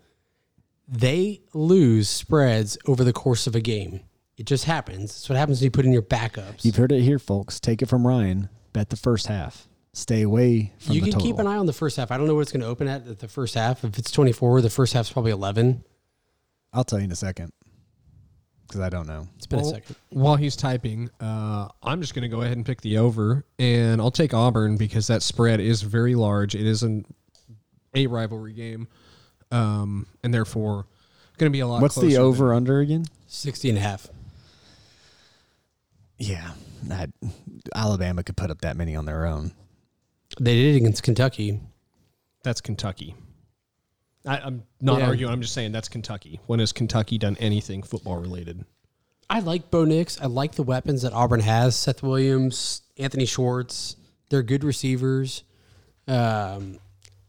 Speaker 1: They lose spreads over the course of a game. It just happens. It's what happens when you put in your backups.
Speaker 3: You've heard it here, folks. Take it from Ryan. Bet the first half. Stay away from
Speaker 1: you
Speaker 3: the
Speaker 1: can
Speaker 3: total.
Speaker 1: keep an eye on the first half. I don't know what it's going to open at at the first half. If it's 24, the first half's probably 11.
Speaker 3: I'll tell you in a second because I don't know.
Speaker 1: It's been a
Speaker 4: Well,
Speaker 1: second.
Speaker 4: While he's typing, uh, I'm just going to go ahead and pick the over, and I'll take Auburn because that spread is very large. It is an a rivalry game, um, and therefore going to be a lot.
Speaker 3: What's the
Speaker 4: closer
Speaker 3: over under again?
Speaker 1: 60 and a half.
Speaker 3: Yeah, that, Alabama could put up that many on their own.
Speaker 1: They did it against Kentucky.
Speaker 4: than- that's Kentucky. I, I'm not
Speaker 1: Yeah.
Speaker 4: arguing. I'm just saying that's Kentucky. When has Kentucky done anything football related?
Speaker 1: I like Bo Nix. I like the weapons that Auburn has. Seth Williams, Anthony Schwartz. They're good receivers. Um,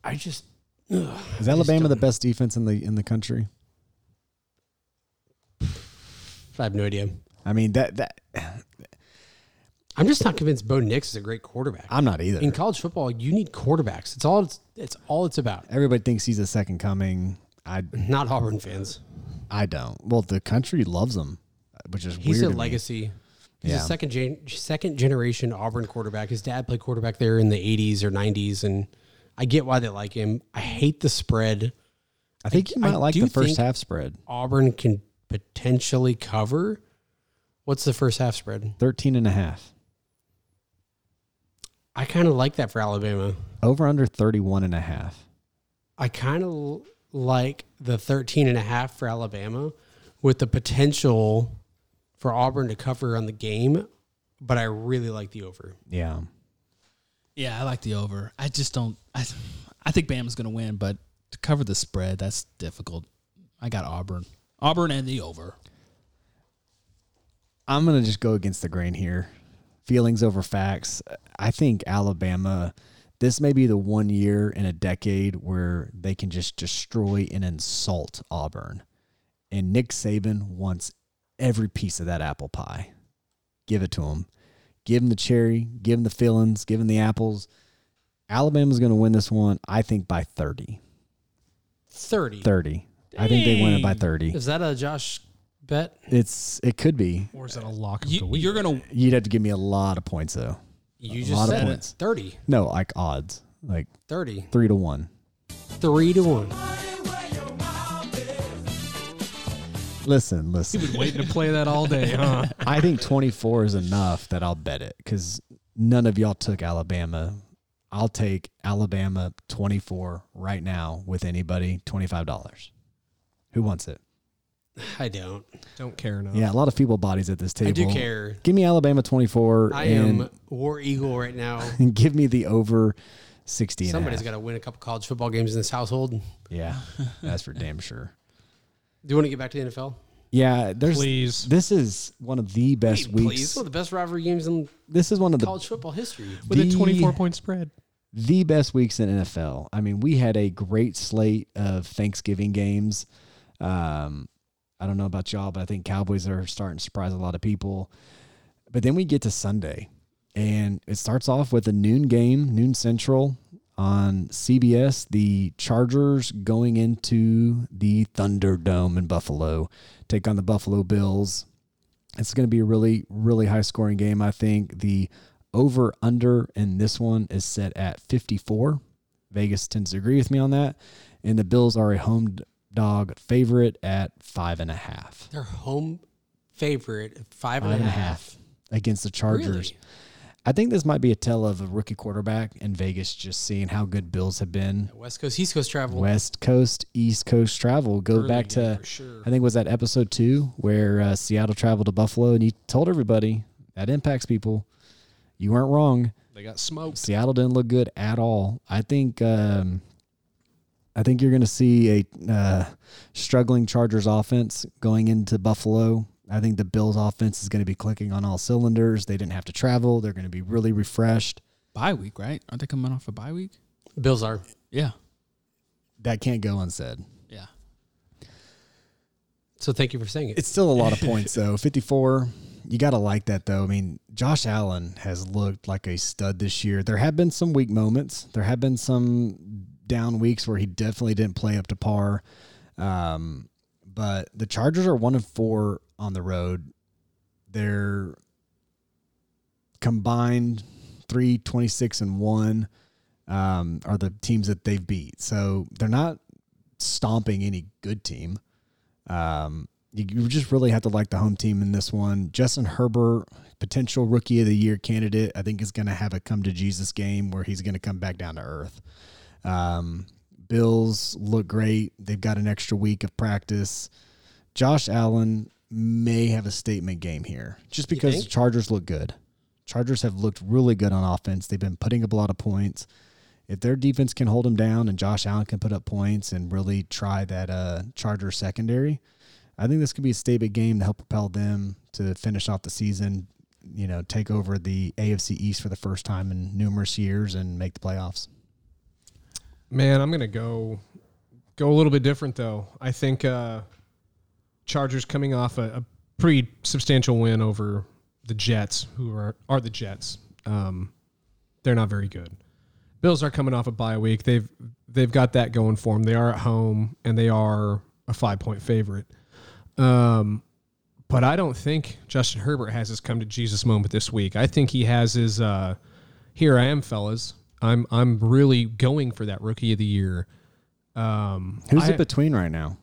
Speaker 1: I just
Speaker 3: Is Alabama the best defense in the in the country?
Speaker 1: I have no idea.
Speaker 3: I mean that that
Speaker 1: I'm just not convinced Bo Nix is a great quarterback.
Speaker 3: I'm not either.
Speaker 1: In college football, you need quarterbacks. It's all it's, it's all it's about.
Speaker 3: Everybody thinks he's a second coming. I
Speaker 1: Not Auburn fans.
Speaker 3: I don't. Well, the country loves him, which is
Speaker 1: He's
Speaker 3: weird.
Speaker 1: a
Speaker 3: to me.
Speaker 1: legacy. He's
Speaker 3: Yeah.
Speaker 1: a second gen, second generation Auburn quarterback. His dad played quarterback there in the 80s or 90s, and I get why they like him. I hate the spread.
Speaker 3: I think you
Speaker 1: I
Speaker 3: might like
Speaker 1: do
Speaker 3: the first
Speaker 1: think-
Speaker 3: half spread.
Speaker 1: Auburn can potentially cover. What's the first half spread?
Speaker 3: 13 and a half.
Speaker 1: I kind of like that for Alabama.
Speaker 3: Over under 31 and a half.
Speaker 1: I kind of like the 13 and a half for Alabama with the potential for Auburn to cover on the game, but I really like the over.
Speaker 3: Yeah.
Speaker 2: Yeah, I like the over. I just don't. I, I think Bama's going to win, but to cover the spread, that's difficult. I got Auburn, Auburn, and the over.
Speaker 3: I'm going to just go against the grain here. Feelings over facts. I think Alabama, this may be the one year in a decade where they can just destroy and insult Auburn. And Nick Saban wants every piece of that apple pie. Give it to him. Give him the cherry, give him the fillings, give him the apples. Alabama's going to win this one, I think, by 30.
Speaker 1: 30.
Speaker 3: 30. I think they win it by
Speaker 2: Dang.
Speaker 3: 30.
Speaker 1: Is that a Josh bet?
Speaker 3: It's it could be.
Speaker 4: Or is that a lock of the
Speaker 2: You,
Speaker 4: week?
Speaker 2: you're going to.
Speaker 3: You'd have to give me a lot of points though.
Speaker 1: You
Speaker 3: A
Speaker 1: just
Speaker 3: lot of
Speaker 1: said it.
Speaker 3: points.
Speaker 1: 30.
Speaker 3: No, like odds, like
Speaker 1: 30.
Speaker 3: three to one.
Speaker 1: 3 to 1.
Speaker 3: Listen, listen.
Speaker 4: waiting to play that all day, huh?
Speaker 3: I think 24 is enough that I'll bet it because none of y'all took Alabama. I'll take Alabama 24 right now with anybody, $25. Who wants it?
Speaker 1: I don't.
Speaker 4: Don't care enough.
Speaker 3: Yeah, a lot of feeble bodies at this table.
Speaker 1: Oh. I do care.
Speaker 3: Give me Alabama 24
Speaker 1: I
Speaker 3: and,
Speaker 1: am War Eagle right now.
Speaker 3: and give me the over 60.
Speaker 1: Somebody's got
Speaker 3: to.
Speaker 1: to win a couple college football games in this household. Do
Speaker 3: Yeah, that's for damn sure.
Speaker 1: you want to get back to the NFL?
Speaker 3: Yeah, there's.
Speaker 4: Please.
Speaker 3: This is one of the best
Speaker 1: Please,
Speaker 3: weeks.
Speaker 1: One of the best rivalry games in
Speaker 3: This is one of the
Speaker 1: college football history.
Speaker 4: With a
Speaker 3: The-
Speaker 4: 24 point spread.
Speaker 3: the best weeks in NFL. I mean, we had a great slate of Thanksgiving games. Um, I don't know about y'all, but I think Cowboys are starting to surprise a lot of people. But then we get to Sunday, and it starts off with a noon game, noon central on CBS. The Chargers going into the Thunderdome in Buffalo, take on the Buffalo Bills. It's going to be a really, really high scoring game. I think the over under in this one is set at 54. Vegas tends to agree with me on that. And the Bills are a home dog favorite at five and a half.
Speaker 1: Their home favorite, at five
Speaker 3: Five and a half against the Chargers.
Speaker 1: Really?
Speaker 3: I think this might be a tell of a rookie quarterback in Vegas just seeing how good Bills have been.
Speaker 1: West Coast, East Coast travel.
Speaker 3: West Coast, East Coast travel. Go back to, I think it was that episode two where uh, Seattle traveled to Buffalo and you told everybody that impacts people. you weren't wrong.
Speaker 4: They got smoked.
Speaker 3: Seattle didn't look good at all. I think um, I think you're going to see a uh, struggling Chargers offense going into Buffalo. I think the Bills offense is going to be clicking on all cylinders. They didn't have to travel. They're going to be really refreshed.
Speaker 2: Bye week, right? Aren't they coming off a bye week?
Speaker 1: Bills are.
Speaker 2: Yeah.
Speaker 3: That can't go unsaid.
Speaker 2: Yeah.
Speaker 1: So thank you for saying it.
Speaker 3: It's still a lot of points though. 54. You got to like that though. I mean, Josh Allen has looked like a stud this year. There have been some weak moments. There have been some down weeks where he definitely didn't play up to par. Um, but the Chargers are one and four on the road. They're combined three twenty six and one um, are the teams that they've beat. So they're not stomping any good team. Um, you, you just really have to like the home team in this one. Justin Herbert, potential rookie of the year candidate, I think is going to have a come to Jesus game where he's going to come back down to earth. Um, Bills look great. They've got an extra week of practice. Josh Allen may have a statement game here just because the
Speaker 1: think?
Speaker 3: Chargers look good. Chargers have looked really good on offense. They've been putting up a lot of points. If their defense can hold them down and Josh Allen can put up points and really try that uh, Charger secondary, I think this could be a statement game to help propel them to finish off the season, you know, take over the AFC East for the first time in numerous years and make the playoffs.
Speaker 4: Man, I'm gonna go go a little bit different though. I think uh Chargers coming off a, a pretty substantial win over the Jets, who are are the Jets. Um, they're not very good. Bills are coming off a bye week. They've they've got that going for them. They are at home and they are a five point favorite. Um, but I don't think Justin Herbert has his come to Jesus moment this week. I think he has his uh, here I am, fellas. I'm I'm really going for that rookie of the year. Um,
Speaker 3: Who's
Speaker 4: I-
Speaker 3: in between right now?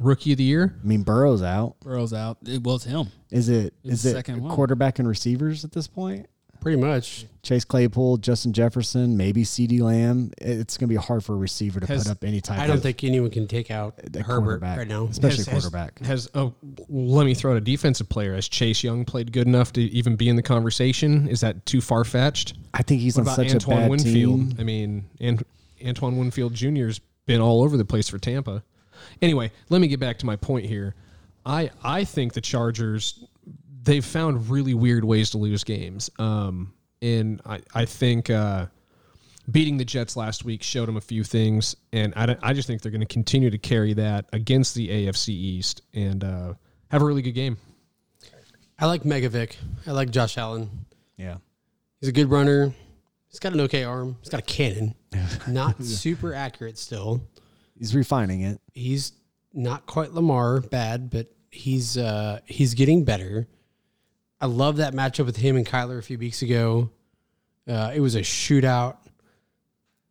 Speaker 4: rookie of the year?
Speaker 3: I mean, Burrow's out.
Speaker 2: Burrow's out. It, well, it's him.
Speaker 3: Is it
Speaker 2: He's
Speaker 3: is
Speaker 2: the
Speaker 3: it
Speaker 2: second one.
Speaker 3: quarterback and receivers at this point?
Speaker 1: Pretty much.
Speaker 3: Chase Claypool, Justin Jefferson, maybe C.D. Lamb. It- It's going to be hard for a receiver to
Speaker 4: Has-
Speaker 3: put up any type.
Speaker 1: I don't
Speaker 3: of
Speaker 1: think anyone can take out
Speaker 3: a
Speaker 1: Herbert
Speaker 3: quarterback,
Speaker 1: right now.
Speaker 3: especially
Speaker 4: Has-
Speaker 3: quarterback.
Speaker 4: Has, has oh, let me throw out a defensive player. Has Chase Young played good enough to even be in the conversation? Is that too far fetched?
Speaker 3: I think he's on
Speaker 4: What about
Speaker 3: such a
Speaker 4: Antoine
Speaker 3: bad
Speaker 4: Winfield?
Speaker 3: team.
Speaker 4: I mean, Ant- Antoine Winfield Jr.'s been all over the place for Tampa. Anyway, let me get back to my point here. I I think the Chargers they've found really weird ways to lose games. Um, and I I think uh, beating the Jets last week showed them a few things, and I don't- I just think they're going to continue to carry that against the AFC East and uh, have a really good game.
Speaker 1: I like Megavic. I like Josh Allen.
Speaker 3: Yeah,
Speaker 1: He's a good runner. He's got an okay arm. He's got a cannon. Not super accurate still.
Speaker 3: he's refining it.
Speaker 1: He's not quite Lamar bad, but he's uh he's getting better. I love that matchup with him and Kyler a few weeks ago. Uh, it was a shootout.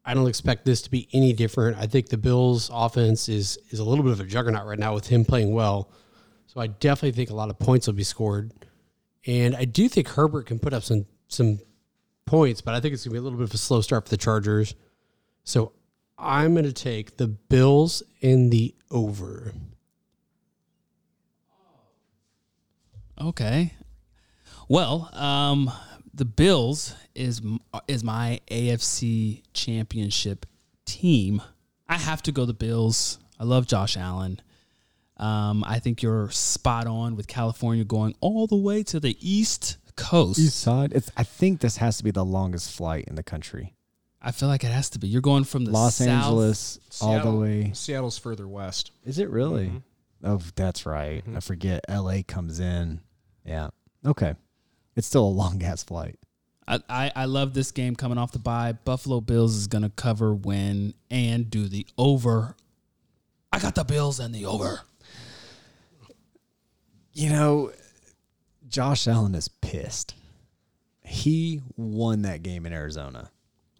Speaker 1: I don't expect this to be any different. I think the Bills' offense is is a little bit of a juggernaut right now with him playing well. So I definitely think a lot of points will be scored, and I do think Herbert can put up some some points. But I think it's gonna be a little bit of a slow start for the Chargers. So I'm gonna take the Bills in the over.
Speaker 2: Okay. Well, um, the Bills is m- is my AFC Championship team. I have to go the Bills. I love Josh Allen. Um, I think you're spot on with California going all the way to the East Coast.
Speaker 3: East side. It's. I think this has to be the longest flight in the country.
Speaker 2: I feel like it has to be. You're going from the
Speaker 3: Los
Speaker 2: South-
Speaker 3: Angeles all the
Speaker 4: Seattle-
Speaker 3: way.
Speaker 4: Seattle's further west.
Speaker 3: Is it really?
Speaker 2: Mm-hmm.
Speaker 3: Oh, that's right. I forget. L.A. comes in. Yeah. Okay. It's still a long ass flight.
Speaker 2: I, I, I love this game coming off the bye. Buffalo Bills is going to cover, win, and do the over. I got the Bills and the over.
Speaker 3: You know, Josh Allen is pissed. He won that game in Arizona.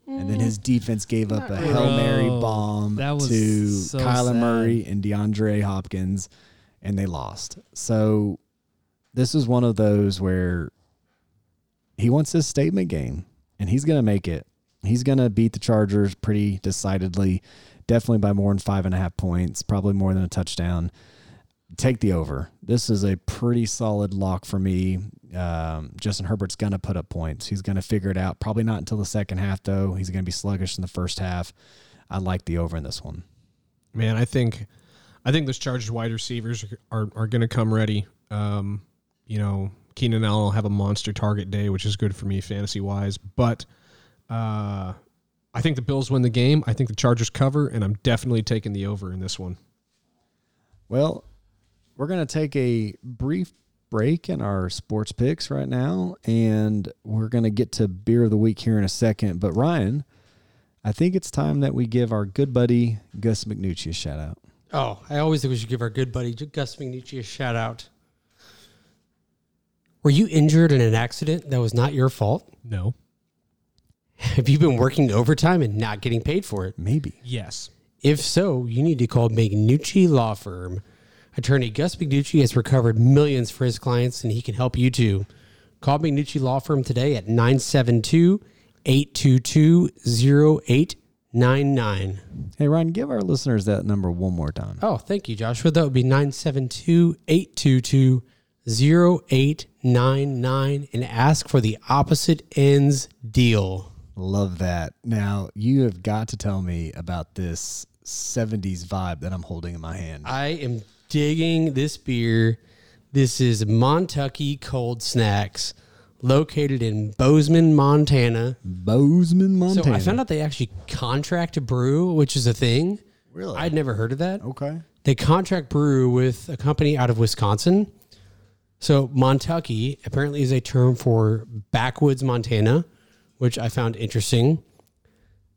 Speaker 3: And
Speaker 2: Mm.
Speaker 3: then his defense gave up a Hail Mary
Speaker 2: Bro,
Speaker 3: bomb
Speaker 2: that was
Speaker 3: Um, to
Speaker 2: so
Speaker 3: Kyler
Speaker 2: sad.
Speaker 3: Murray and DeAndre Hopkins, and they lost. So this is one of those where he wants his statement game, and he's going to make it. He's going to beat the Chargers pretty decidedly, definitely by more than five and a half points, probably more than a touchdown take the over. This is a pretty solid lock for me. um, Justin Herbert's going to put up points. He's going to figure it out. Probably not until the second half, though. He's going to be sluggish in the first half. I like the over in this one.
Speaker 4: Man, I think I think those Chargers wide receivers are are going to come ready. Um, you know, Keenan Allen will have a monster target day, which is good for me fantasy wise. But uh, I think the Bills win the game. I think the Chargers cover, and I'm definitely taking the over in this one.
Speaker 3: Well, we're going to take a brief break in our sports picks right now, and we're going to get to beer of the week here in a second. But Ryan, I think it's time that we give our good buddy Gus McNucci a shout out.
Speaker 1: Oh, I always think we should give our good buddy Gus McNucci a shout out. Were you injured in an accident that was not your fault?
Speaker 4: No.
Speaker 1: Have you been working overtime and not getting paid for it?
Speaker 3: Maybe.
Speaker 4: Yes.
Speaker 1: If so, you need to call McNucci Law Firm. Attorney Gus McNucci has recovered millions for his clients, and he can help you too. Call McNucci Law Firm today at 972 822 0899.
Speaker 3: Hey, Ryan, give our listeners that number one more time.
Speaker 1: Oh, thank you, Joshua. That would be 972 822 0899 and ask for the opposite ends deal.
Speaker 3: Love that. Now, you have got to tell me about this 70s vibe that I'm holding in my hand.
Speaker 1: I am digging this beer. This is Montucky Cold Snacks, located in Bozeman, Montana.
Speaker 3: Bozeman,
Speaker 1: So
Speaker 3: Montana.
Speaker 1: I found out they actually contract to brew, which is a thing.
Speaker 3: Really? Oh,
Speaker 1: I'd never heard of that.
Speaker 3: okay.
Speaker 1: They contract brew with a company out of Wisconsin. So Montucky apparently is a term for backwoods Montana, which I found interesting.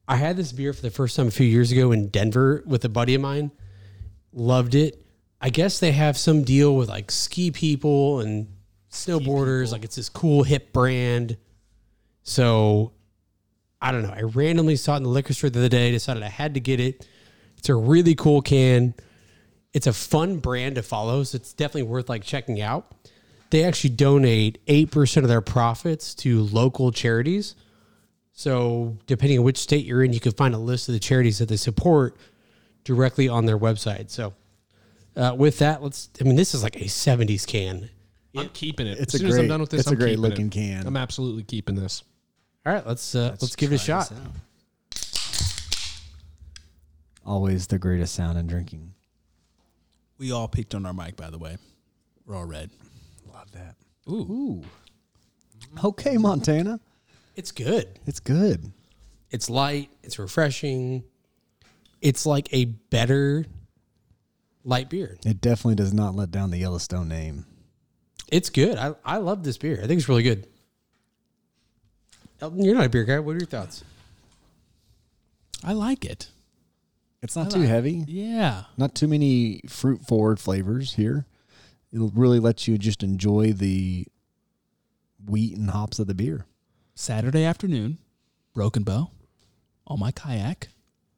Speaker 1: I had this beer for the first time a few years ago in Denver with a buddy of mine. Loved it. I guess they have some deal with like ski people and snowboarders. Like it's this cool hip brand. So I don't know. I randomly saw it in the liquor store the other day, decided I had to get it. It's a really cool can. It's a fun brand to follow, so it's definitely worth like checking out. They actually donate 8% of their profits to local charities. So, depending on which state you're in, you can find a list of the charities that they support directly on their website. So, uh, with that, let's I mean this is like a 70s can.
Speaker 4: I'm keeping it.
Speaker 3: It's
Speaker 4: as
Speaker 3: a
Speaker 4: soon as I'm
Speaker 3: great-
Speaker 4: done with this,
Speaker 3: it's a
Speaker 4: I'm
Speaker 3: great
Speaker 4: keeping
Speaker 3: looking
Speaker 4: it.
Speaker 3: can.
Speaker 4: I'm absolutely keeping this.
Speaker 1: All right, let's uh, let's, give it a shot.
Speaker 3: Always the greatest sound in drinking.
Speaker 2: We all peeked on our mic, by the way. We're all red.
Speaker 3: Love that.
Speaker 4: Ooh.
Speaker 3: Okay, Montana.
Speaker 1: It's good.
Speaker 3: It's good.
Speaker 1: It's light. It's refreshing. It's like a better light beer.
Speaker 3: It definitely does not let down the Yellowstone name.
Speaker 1: It's good. I, I love this beer. I think it's really good. Elton, you're not a beer guy. What are your thoughts?
Speaker 2: I like it.
Speaker 3: It's not too heavy.
Speaker 2: Yeah.
Speaker 3: Not too many fruit forward flavors here. It'll really let you just enjoy the wheat and hops of the beer.
Speaker 2: Saturday afternoon, broken bow, on my kayak,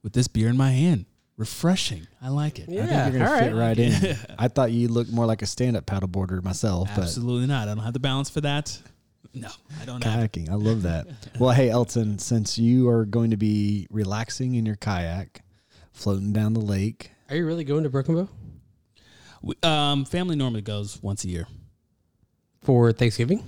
Speaker 2: with this beer in my hand. Refreshing. I like it.
Speaker 3: I think you're gonna fit right in. I thought you looked more like a stand up paddleboarder myself,
Speaker 2: Absolutely not. I don't have the balance for that. No, I don't
Speaker 3: but
Speaker 2: have. it.
Speaker 3: kayaking. I love that. well, hey Elton, since you are going to be relaxing in your kayak, floating down the lake,
Speaker 1: Are you really going to Broken Bow
Speaker 2: We, um, family normally goes once a year.
Speaker 1: for Thanksgiving?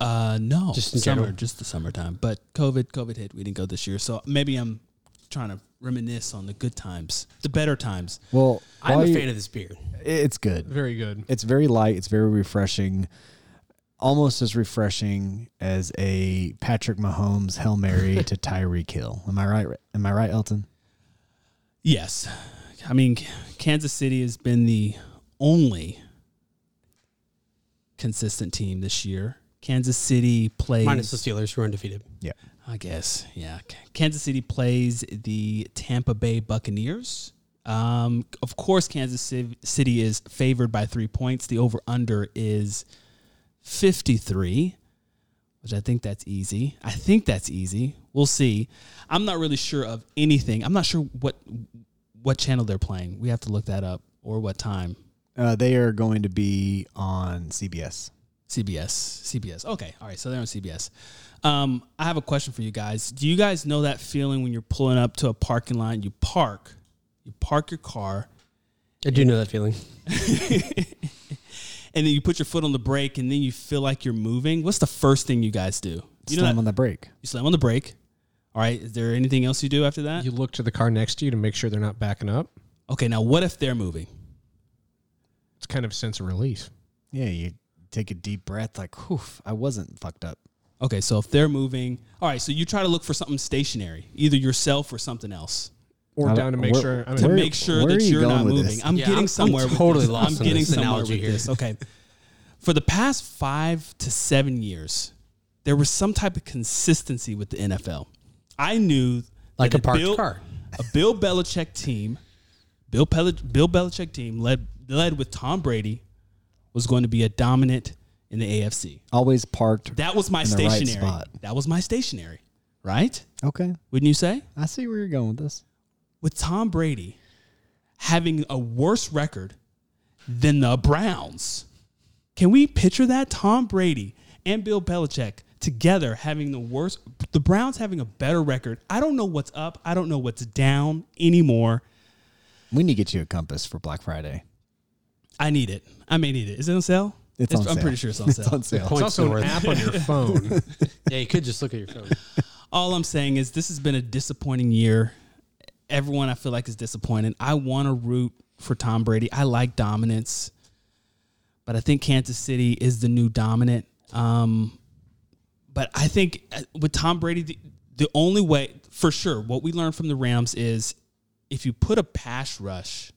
Speaker 2: Uh, no,
Speaker 1: Just in
Speaker 2: summer,
Speaker 1: general.
Speaker 2: just the summertime. But COVID, COVID hit. We didn't go this year, so maybe I'm trying to reminisce on the good times, the better times.
Speaker 3: well
Speaker 1: I'm
Speaker 3: while
Speaker 1: a
Speaker 3: you-
Speaker 1: fan of this beer.
Speaker 3: it's good.
Speaker 4: Very good.
Speaker 3: It's very light. It's very refreshing. Almost as refreshing as a Patrick Mahomes hail mary to Tyreek Hill. Am I right? Am I right, Elton?
Speaker 2: Yes, I mean Kansas City has been the only consistent team this year. Kansas City plays
Speaker 1: Minus the Steelers, who are undefeated.
Speaker 3: Yeah.
Speaker 2: I guess, yeah. K- Kansas City plays the Tampa Bay Buccaneers. Um, of course, Kansas Civ- City is favored by three points. The over under is 53, which I think that's easy. I think that's easy. We'll see. I'm not really sure of anything. I'm not sure what what channel they're playing. We have to look that up or what time.
Speaker 3: Uh, they are going to be on CBS.
Speaker 2: CBS. CBS. Okay. All right. So they're on CBS. Um, I have a question for you guys. Do you guys know that feeling when you're pulling up to a parking lot? You park, you park your car,
Speaker 1: I do know that feeling.
Speaker 2: and then you put your foot on the brake and then you feel like you're moving, what's the first thing you guys do? You know
Speaker 3: slam
Speaker 2: that-
Speaker 3: on the brake.
Speaker 2: you slam on the brake. All right. Is there anything else you do after that?
Speaker 4: You look to the car next to you to make sure they're not backing up.
Speaker 2: okay. Now, what if they're moving?
Speaker 4: It's kind of a sense of relief.
Speaker 3: Yeah, you take a deep breath, like, whew, I wasn't fucked up.
Speaker 2: Okay. So if they're moving, all right. So you try to look for something stationary, either yourself or something else,
Speaker 4: Or
Speaker 3: I
Speaker 4: down to
Speaker 3: don't-
Speaker 4: make
Speaker 3: where-
Speaker 4: sure. I
Speaker 2: to
Speaker 3: Where-
Speaker 2: make sure
Speaker 3: where
Speaker 2: that
Speaker 3: are you
Speaker 2: you're
Speaker 3: going
Speaker 2: not
Speaker 3: with
Speaker 2: moving.
Speaker 3: this?
Speaker 2: I'm
Speaker 1: Yeah,
Speaker 2: getting
Speaker 1: I'm- I'm
Speaker 2: somewhere. with
Speaker 1: totally
Speaker 2: this.
Speaker 1: lost
Speaker 2: I'm
Speaker 1: in
Speaker 2: getting
Speaker 1: this
Speaker 2: somewhere
Speaker 1: analogy
Speaker 2: with
Speaker 1: here.
Speaker 2: this. Okay. For the past five to seven years, there was some type of consistency with the NFL. I knew
Speaker 1: Like
Speaker 2: that
Speaker 1: a parked
Speaker 2: Bill-
Speaker 1: car.
Speaker 2: a Bill Belichick team, Bill Pel- Bill Belichick team led led with Tom Brady, was going to be a dominant in the AFC.
Speaker 3: Always parked.
Speaker 2: That was my
Speaker 3: In the right
Speaker 2: stationary.
Speaker 3: spot.
Speaker 2: that was my stationary, right?
Speaker 3: okay,
Speaker 2: Wouldn't you say?
Speaker 3: I see where you're going with this.
Speaker 2: With Tom Brady having a worse record than the Browns, can we picture that Tom Brady and Bill Belichick together having the worst? The Browns having a better record. I don't know what's up. I don't know what's down anymore.
Speaker 3: We need to get you a compass for Black Friday.
Speaker 2: I need it. I may need it. Is it on sale?
Speaker 3: It's on
Speaker 2: I'm
Speaker 3: sale.
Speaker 2: pretty sure it's on sale.
Speaker 3: It's on sale.
Speaker 4: It's
Speaker 1: Points
Speaker 4: also
Speaker 1: worth
Speaker 4: an
Speaker 1: it.
Speaker 4: app on your phone.
Speaker 1: Yeah, you could just look at your phone.
Speaker 2: All I'm saying is this has been a disappointing year. Everyone I feel like is disappointed. I want to root for Tom Brady. I like dominance, but I think Kansas City is the new dominant. Um, but I think uh, with Tom Brady, the, the only way for sure what we learned from the Rams is if you put a pass rush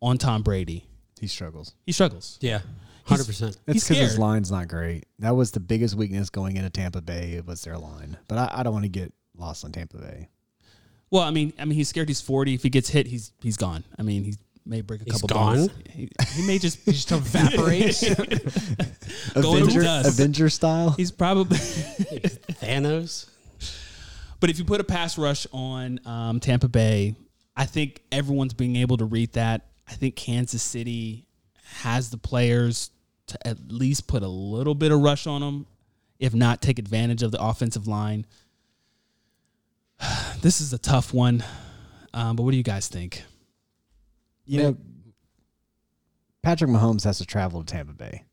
Speaker 2: on Tom Brady,
Speaker 3: He struggles.
Speaker 2: he struggles.
Speaker 1: Yeah, hundred percent.
Speaker 2: He's
Speaker 3: It's because his
Speaker 2: scared.
Speaker 3: line's not great. That was the biggest weakness going into Tampa Bay. It was their line, but I, I don't want to get lost on Tampa Bay.
Speaker 2: Well, I mean, I mean, he's scared. He's forty. If he gets hit, he's he's gone. I mean, he may break a
Speaker 1: He's
Speaker 2: couple
Speaker 1: gone?
Speaker 2: bones. He, he may just
Speaker 4: just evaporates.
Speaker 2: Going to
Speaker 3: Avenger,
Speaker 2: dust.
Speaker 3: Avenger style.
Speaker 2: he's probably.
Speaker 1: Thanos.
Speaker 2: but if you put a pass rush on um, Tampa Bay, I think everyone's being able to read that. I think Kansas City has the players to at least put a little bit of rush on them, if not take advantage of the offensive line. This is a tough one, um, but what do you guys think?
Speaker 3: You know, Patrick Mahomes has to travel to Tampa Bay.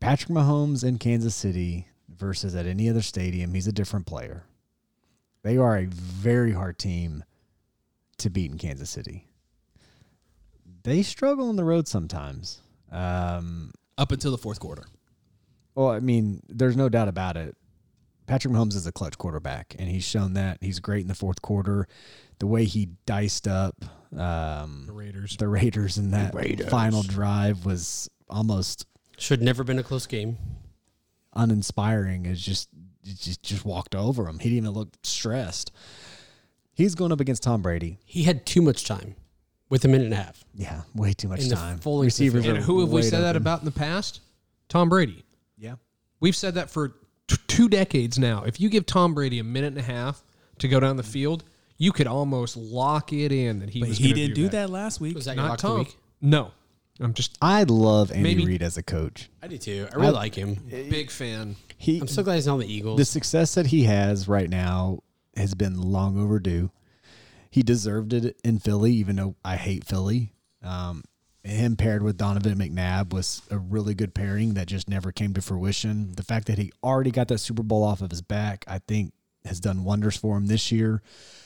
Speaker 3: Patrick Mahomes in Kansas City versus at any other stadium, he's a different player. They are a very hard team to beat in Kansas City. They struggle on the road sometimes. Um,
Speaker 2: Up until the fourth quarter.
Speaker 3: Well, I mean, there's no doubt about it. Patrick Mahomes is a clutch quarterback, and he's shown that. He's great in the fourth quarter. The way he diced up um, the,
Speaker 4: Raiders.
Speaker 3: Raiders in that final drive was almost
Speaker 1: Should never been a close game.
Speaker 3: uninspiring. It's just, it just just walked over him. He didn't even look stressed. He's going up against Tom Brady.
Speaker 1: He had too much time, with a minute and a half.
Speaker 3: Yeah, way too much
Speaker 1: In the
Speaker 3: time.
Speaker 1: full length of
Speaker 3: Receivers
Speaker 1: the
Speaker 3: are
Speaker 1: field.
Speaker 4: And who have we
Speaker 3: wide
Speaker 4: said that
Speaker 3: open.
Speaker 4: about in the past? Tom Brady.
Speaker 3: Yeah,
Speaker 4: We've said that for t- two decades now. If you give Tom Brady a minute and a half to go down the field, you could almost lock it in that he
Speaker 2: But
Speaker 4: was
Speaker 2: he
Speaker 4: gonna
Speaker 2: didn't do that last week.
Speaker 1: Was that your
Speaker 4: Not
Speaker 1: lock of the
Speaker 4: Tom.
Speaker 1: week?
Speaker 4: No, I'm just
Speaker 3: I love Andy
Speaker 4: Maybe-
Speaker 3: Reid as a coach.
Speaker 1: I do too. I really like him.
Speaker 4: a big fan.
Speaker 3: He
Speaker 1: I'm so glad he's not on the Eagles.
Speaker 3: the success that he has right now has been long overdue. He deserved it in Philly, even though I hate Philly. Um, him paired with Donovan McNabb was a really good pairing that just never came to fruition. The fact that he already got that Super Bowl off of his back, I think, has done wonders for him this year.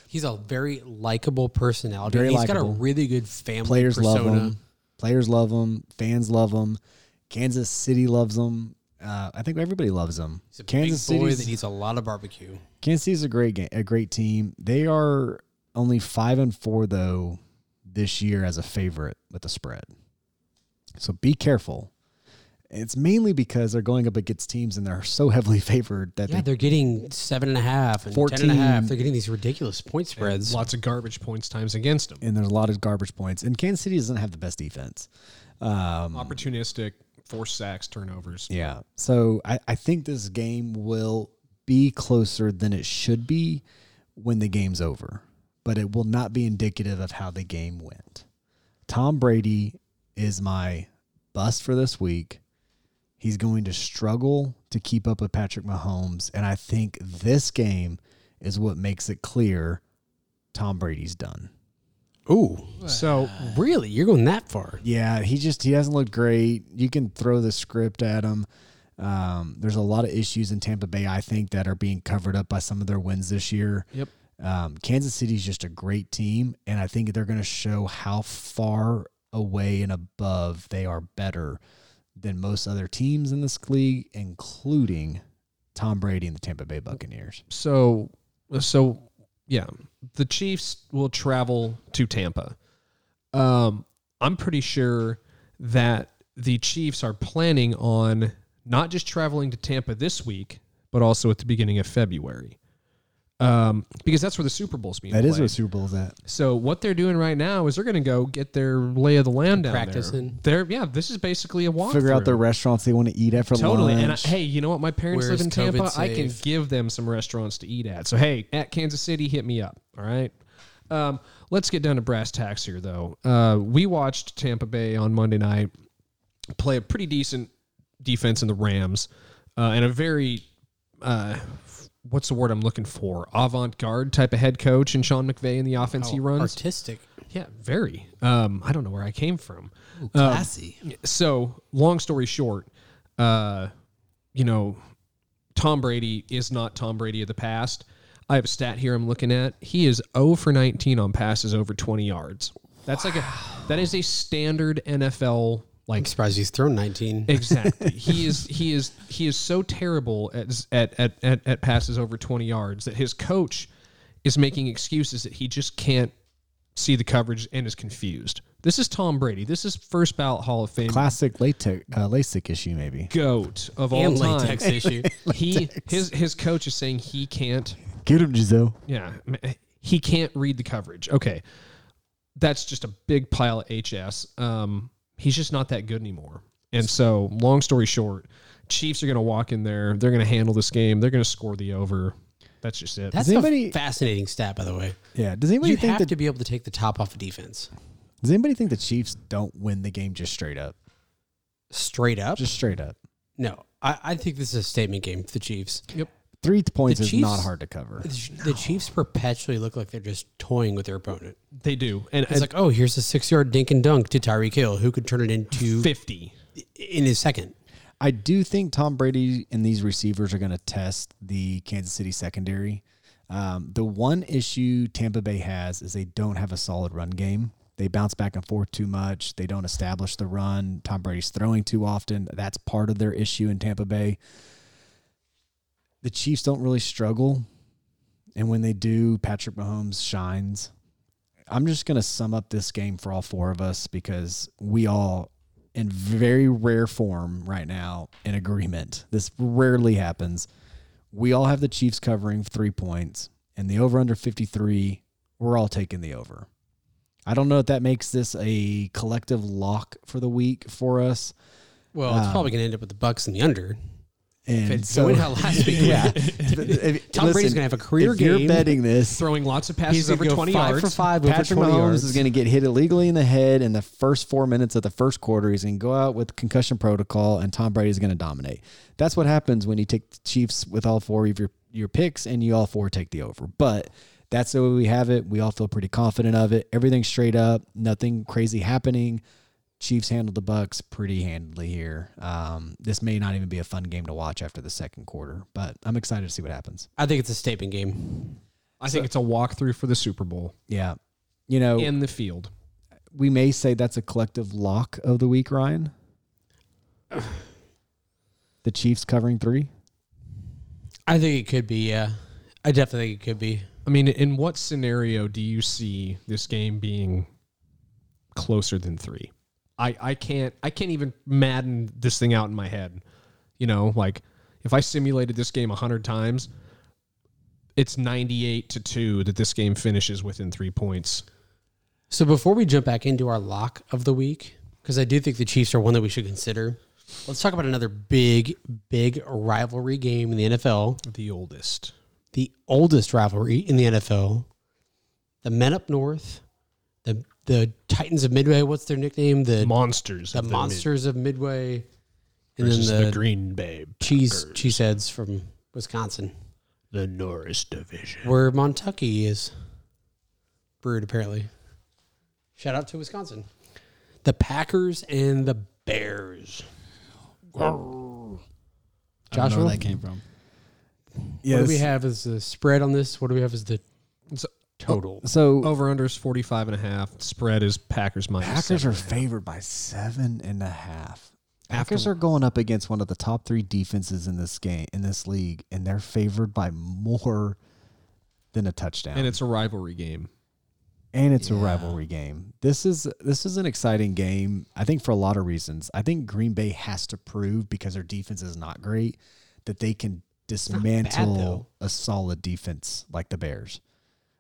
Speaker 1: he's a very likable personality.
Speaker 3: Very
Speaker 1: He's got
Speaker 3: likable.
Speaker 1: a really good family
Speaker 3: Players
Speaker 1: persona.
Speaker 3: love him. Players love him. Fans love him. Kansas City loves him. Uh, I think everybody loves him.
Speaker 1: He's a
Speaker 3: Kansas
Speaker 1: big boy
Speaker 3: City's-
Speaker 1: that eats a lot of barbecue.
Speaker 3: Kansas City's a great game, a great team. They are only five and four though this year as a favorite with the spread. So be careful. It's mainly because they're going up against teams and they're so heavily favored that
Speaker 1: Yeah,
Speaker 3: they
Speaker 1: they're getting seven and a half and
Speaker 3: 14.
Speaker 1: ten and a half. They're getting these ridiculous point spreads.
Speaker 4: Lots of garbage points times against him.
Speaker 3: and there's a lot of garbage points. And Kansas City doesn't have the best defense. Um,
Speaker 4: Opportunistic, forced sacks, turnovers.
Speaker 3: Yeah. So I, I think this game will be closer than it should be when the game's over, but it will not be indicative of how the game went. Tom Brady is my bust for this week. He's going to struggle to keep up with Patrick Mahomes. And I think this game is what makes it clear Tom Brady's done.
Speaker 1: Ooh,
Speaker 4: So
Speaker 1: really? You're going that far?
Speaker 3: Yeah, he just he hasn't looked great. You can throw the script at him. Um, there's a lot of issues in Tampa Bay, I think, that are being covered up by some of their wins this year.
Speaker 4: Yep.
Speaker 3: Um, Kansas City's just a great team, and I think they're going to show how far away and above they are better than most other teams in this league, including Tom Brady and the Tampa Bay Buccaneers.
Speaker 4: so so yeah the chiefs will travel to tampa um i'm pretty sure that the chiefs are planning on not just traveling to tampa this week but also at the beginning of february um because that's where the super bowl's being
Speaker 3: That
Speaker 4: played.
Speaker 3: is where Super Bowl's at.
Speaker 4: So what they're doing right now is they're going to go get their lay of the land down
Speaker 1: Practicing.
Speaker 4: there. They're yeah, this is basically a walk.
Speaker 3: Figure out the restaurants they want to eat at for
Speaker 4: Totally.
Speaker 3: lunch.
Speaker 4: And I, hey, you know what? My parents
Speaker 1: Where
Speaker 4: live
Speaker 1: is
Speaker 4: in Tampa.
Speaker 1: COVID
Speaker 4: I can
Speaker 1: safe?
Speaker 4: give them some restaurants to eat at. So, hey, at Kansas City, hit me up. All right. Um, let's get down to brass tacks here, though. Uh, we watched Tampa Bay on Monday night play a pretty decent defense in the Rams uh, and a very, uh, what's the word I'm looking for? Avant garde type of head coach and Sean McVay in
Speaker 1: Oh,
Speaker 4: the offense he runs.
Speaker 1: Artistic,
Speaker 4: Yeah, very. Um, I don't know where I came from.
Speaker 3: Uh,
Speaker 2: Classy.
Speaker 4: So, long story short, uh, you know, Tom Brady is not Tom Brady of the past. I have a stat here I'm looking at. He is 0 for 19 on passes over 20 yards. That's like a that is a standard NFL like
Speaker 1: I'm surprised he's thrown 19.
Speaker 4: Exactly. he is he is he is so terrible at at, at at at passes over twenty yards that his coach is making excuses that he just can't see the coverage and is confused. This is Tom Brady. This is first ballot Hall of Fame
Speaker 3: Classic LATEX, uh, LASIK issue, maybe.
Speaker 4: goat of all
Speaker 1: and
Speaker 4: time.
Speaker 1: latex issue.
Speaker 4: He his his coach is saying he can't
Speaker 3: Get him, Giselle.
Speaker 4: yeah. m- eh, He can't read the coverage. Okay. That's just a big pile of HS. Um, he's just not that good anymore. And so, long story short, Chiefs are going to walk in there. They're going to handle this game. They're going to score the over. That's just it.
Speaker 1: That's
Speaker 3: Does anybody-
Speaker 1: a fascinating stat, by the way.
Speaker 3: Yeah. Does anybody
Speaker 1: you
Speaker 3: think
Speaker 1: have
Speaker 3: that
Speaker 1: to be able to take the top off of defense
Speaker 3: Does anybody think the Chiefs don't win the game just straight up?
Speaker 1: straight up.
Speaker 3: Just straight up.
Speaker 1: no, I, I think this is a statement game for the Chiefs.
Speaker 3: Three points
Speaker 1: The
Speaker 3: is
Speaker 1: Chiefs-
Speaker 3: not hard to cover.
Speaker 1: The, the Chiefs perpetually look like they're just toying with their opponent.
Speaker 4: they do. And
Speaker 1: It's like, oh, here's a six yard dink and dunk to Tyreek Hill, who could turn it into
Speaker 4: 50.
Speaker 1: in his second.
Speaker 3: I do think Tom Brady and these receivers are going to test the Kansas City secondary. Um, the one issue Tampa Bay has is they don't have a solid run game. They bounce back and forth too much. They don't establish the run. Tom Brady's throwing too often. That's part of their issue in Tampa Bay. The Chiefs don't really struggle. And when they do, Patrick Mahomes shines. I'm just going to sum up this game for all four of us because we all, in very rare form right now, in agreement. This rarely happens. We all have the Chiefs covering three points, and the over under 53, we're all taking the over. I don't know if that makes this a collective lock for the week for us.
Speaker 1: Well,
Speaker 3: Um,
Speaker 1: it's probably going to end up with the Bucks and the under.
Speaker 3: And
Speaker 1: It's
Speaker 3: so,
Speaker 1: going how last week.
Speaker 3: yeah. If-
Speaker 1: Tom Brady's
Speaker 3: listen,
Speaker 1: gonna have a career
Speaker 3: if
Speaker 1: game.
Speaker 3: You're betting this.
Speaker 4: Throwing lots of passes
Speaker 1: He's
Speaker 4: over 20 yards.
Speaker 1: five
Speaker 3: Patrick Mahomes is going to get hit illegally in the head in the first four minutes of the first quarter. He's going to go out with concussion protocol, and Tom Brady is going to dominate. That's what happens when you take the Chiefs with all four of your your picks, and you all four take the over. But that's the way we have it. We all feel pretty confident of it. Everything's straight up. Nothing crazy happening. Chiefs handled the Bucks pretty handily here. Um, this may not even be a fun game to watch after the second quarter, but I'm excited to see what happens.
Speaker 1: I think it's a statement game.
Speaker 4: I think it's a walkthrough for the Super Bowl
Speaker 3: Yeah, you know,
Speaker 4: in the field.
Speaker 3: we may say that's a collective lock of the week, Ryan. The Chiefs covering three.
Speaker 1: I think it could be. Yeah, I definitely think it could be.
Speaker 4: I mean, in what scenario do you see this game being closer than three? I, I can't I can't even madden this thing out in my head. You know, like if I simulated this game hundred times, it's ninety eight to two that this game finishes within three points.
Speaker 1: So before we jump back into our lock of the week, because I do think the Chiefs are one that we should consider. Let's talk about another big, big rivalry game in the NFL.
Speaker 4: The oldest.
Speaker 1: the oldest rivalry in the NFL. The men up north, the the Titans of Midway. What's their nickname? The
Speaker 4: Monsters.
Speaker 1: the
Speaker 4: of
Speaker 1: monsters of Midway,
Speaker 4: mid-
Speaker 1: and then
Speaker 4: versus the,
Speaker 1: the,
Speaker 4: Green Bay
Speaker 1: cheese
Speaker 4: Packers,
Speaker 1: cheeseheads from Wisconsin,
Speaker 4: the Norris division.
Speaker 1: where Montucky is brewed apparently. Shout out to Wisconsin. The Packers and the Bears.
Speaker 2: I don't know
Speaker 1: Joshua,
Speaker 2: where that came from.
Speaker 1: what
Speaker 3: Yeah.
Speaker 1: do we have as the spread on this? What do we have as the
Speaker 4: It's
Speaker 1: total?
Speaker 3: So
Speaker 4: Over under is 45 and a half. Spread is Packers minus.
Speaker 3: Packers
Speaker 4: seven.
Speaker 3: are favored by seven and a half. Packers
Speaker 4: After-
Speaker 3: are going up against one of the top three defenses in this game in this league, and they're favored by more than a touchdown.
Speaker 4: and it's a rivalry game.
Speaker 3: and it's a rivalry game. This is this is an exciting game. I think for a lot of reasons. I think Green Bay has to prove because their defense is not great that they can dismantle a solid defense like the Bears.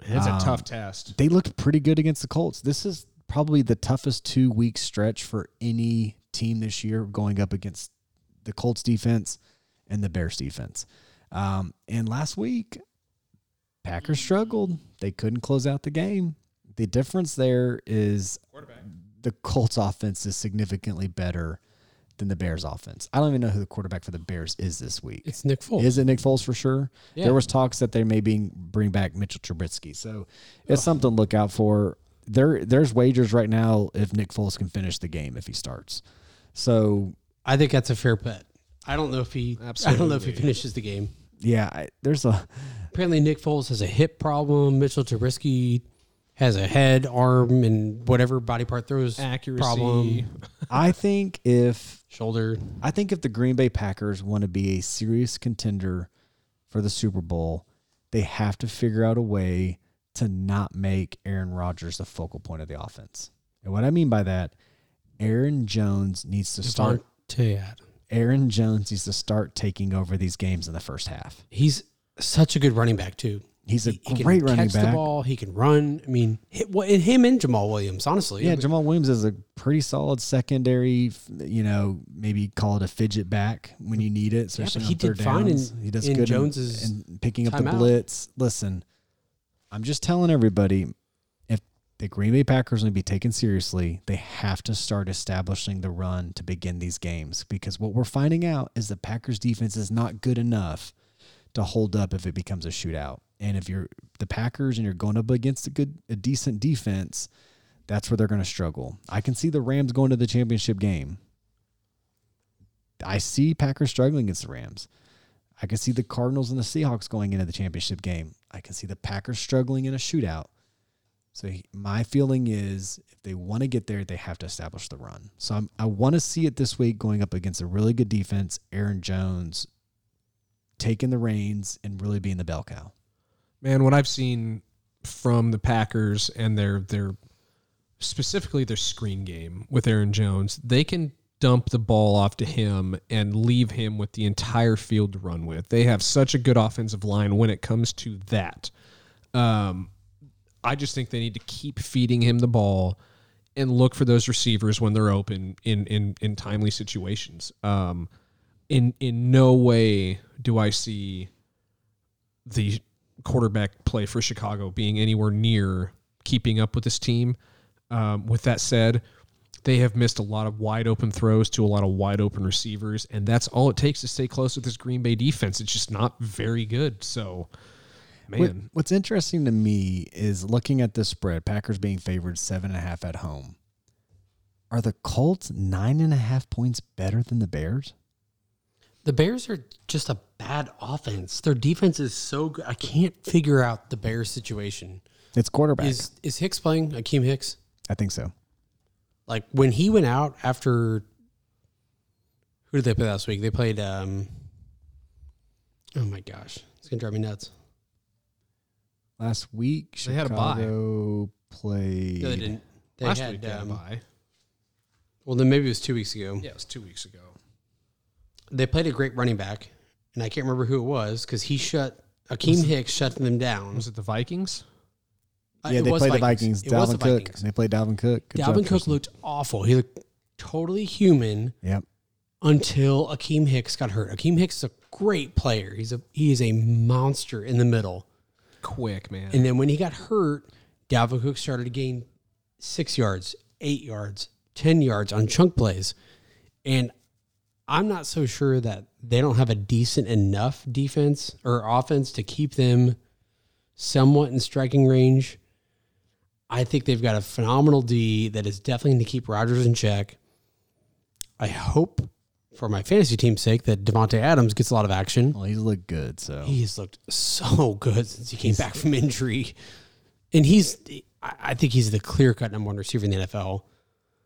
Speaker 4: It's a tough test.
Speaker 3: They looked pretty good against the Colts. This is probably the toughest two week stretch for any team this year going up against the Colts defense and the Bears defense. Um, and last week, Packers struggled. They couldn't close out the game. The difference there is the Colts offense is significantly better than the Bears offense. I don't even know who the quarterback for the Bears is this week.
Speaker 1: It's Nick Foles.
Speaker 3: Is it Nick Foles for sure?
Speaker 1: Yeah.
Speaker 3: There was talks that they may be bring back Mitchell Trubisky, so it's something to look out for. There, there's wagers right now if Nick Foles can finish the game if he starts. So
Speaker 1: I think that's a fair bet. I don't know if he. I don't know if he
Speaker 4: Absolutely.
Speaker 1: finishes the game.
Speaker 3: yeah, I, there's a
Speaker 1: Apparently, Nick Foles has a hip problem. Mitchell Trubisky has a head, arm, and whatever body part throws
Speaker 4: Accuracy.
Speaker 1: problem,
Speaker 3: I think if
Speaker 1: shoulder.
Speaker 3: I think if the Green Bay Packers want to be a serious contender for the Super Bowl, they have to figure out a way to not make Aaron Rodgers the focal point of the offense. And what I mean by that, Aaron Jones needs to start
Speaker 1: Devontae Adams.
Speaker 3: Aaron Jones needs to start taking over these games in the first half.
Speaker 1: He's such a good running back too.
Speaker 3: He's a
Speaker 1: He can
Speaker 3: great running
Speaker 1: catch the
Speaker 3: back.
Speaker 1: ball. He can run. I mean, hit, well, and him and Jamal Williams, honestly.
Speaker 3: Yeah, Jamal Williams is a pretty solid secondary. f- You know, maybe call it a fidget back when you need it. So
Speaker 1: Yeah,
Speaker 3: especially
Speaker 1: but he
Speaker 3: on third
Speaker 1: did fine in-
Speaker 3: downs. he does
Speaker 1: in
Speaker 3: good
Speaker 1: Jones's
Speaker 3: and picking up the
Speaker 1: timeout.
Speaker 3: blitz. Listen, I'm just telling everybody, if the Green Bay Packers want to be taken seriously, they have to start establishing the run to begin these games because what we're finding out is the Packers defense is not good enough to hold up if it becomes a shootout. And if you're the Packers and you're going up against a good, a decent defense, that's where they're going to struggle. I can see the Rams going to the championship game. I see Packers struggling against the Rams. I can see the Cardinals and the Seahawks going into the championship game. I can see the Packers struggling in a shootout. So he- my feeling is if they want to get there, they have to establish the run. So I'm, I want to see it this week going up against a really good defense, Aaron Jones taking the reins and really being the bell cow.
Speaker 4: Man, what I've seen from the Packers and their their specifically their screen game with Aaron Jones, they can dump the ball off to him and leave him with the entire field to run with. They have such a good offensive line when it comes to that. Um, I just think they need to keep feeding him the ball and look for those receivers when they're open in in in timely situations. Um, in in no way do I see the quarterback play for Chicago being anywhere near keeping up with this team. Um, with that said, they have missed a lot of wide open throws to a lot of wide open receivers, and that's all it takes to stay close with this Green Bay defense. It's just not very good. So, man,
Speaker 3: What, what's interesting to me is looking at this spread, Packers being favored seven and a half at home. Are the Colts nine and a half points better than the Bears?
Speaker 1: The Bears are just a bad offense. Their defense is so good. I can't figure out the Bears situation.
Speaker 3: It's quarterback.
Speaker 1: Is is Hicks playing? Akeem Hicks.
Speaker 3: I think so.
Speaker 1: Like when he went out after. Who did they play last week? They played. um Oh my gosh, it's gonna drive me nuts.
Speaker 3: Last week,
Speaker 4: They had a bye.
Speaker 3: Chicago played.
Speaker 1: No, they didn't. They
Speaker 4: last
Speaker 1: had.
Speaker 4: week they had a
Speaker 1: um,
Speaker 4: bye.
Speaker 1: Well, then maybe it was two weeks ago.
Speaker 4: Yeah, it was two weeks ago.
Speaker 1: They played a great running back, and I can't remember who it was because he shut Akeem Hicks shut them down.
Speaker 4: Was it the Vikings?
Speaker 1: Uh,
Speaker 3: Yeah,
Speaker 1: it
Speaker 3: they
Speaker 1: was
Speaker 3: played the Vikings.
Speaker 1: It was
Speaker 3: Dalvin
Speaker 1: the
Speaker 3: Cook.
Speaker 1: Vikings.
Speaker 3: They played Dalvin Cook. Good job,
Speaker 1: Dalvin Cook
Speaker 3: Kirsten.
Speaker 1: looked awful. He looked totally human
Speaker 3: Yep.
Speaker 1: until Akeem Hicks got hurt. Akeem Hicks is a great player. He's a he is a monster in the middle.
Speaker 4: Quick, man.
Speaker 1: And then when he got hurt, Dalvin Cook started to gain six yards, eight yards, ten yards on chunk plays. And I'm not so sure that they don't have a decent enough defense or offense to keep them somewhat in striking range. I think they've got a phenomenal D that is definitely going to keep Rodgers in check. I hope, for my fantasy team's sake, that Devonte Adams gets a lot of action.
Speaker 3: Well, he's looked good, so
Speaker 1: He has looked so good since he came back from injury, and he's. I I think he's the clear cut number one receiver in the NFL.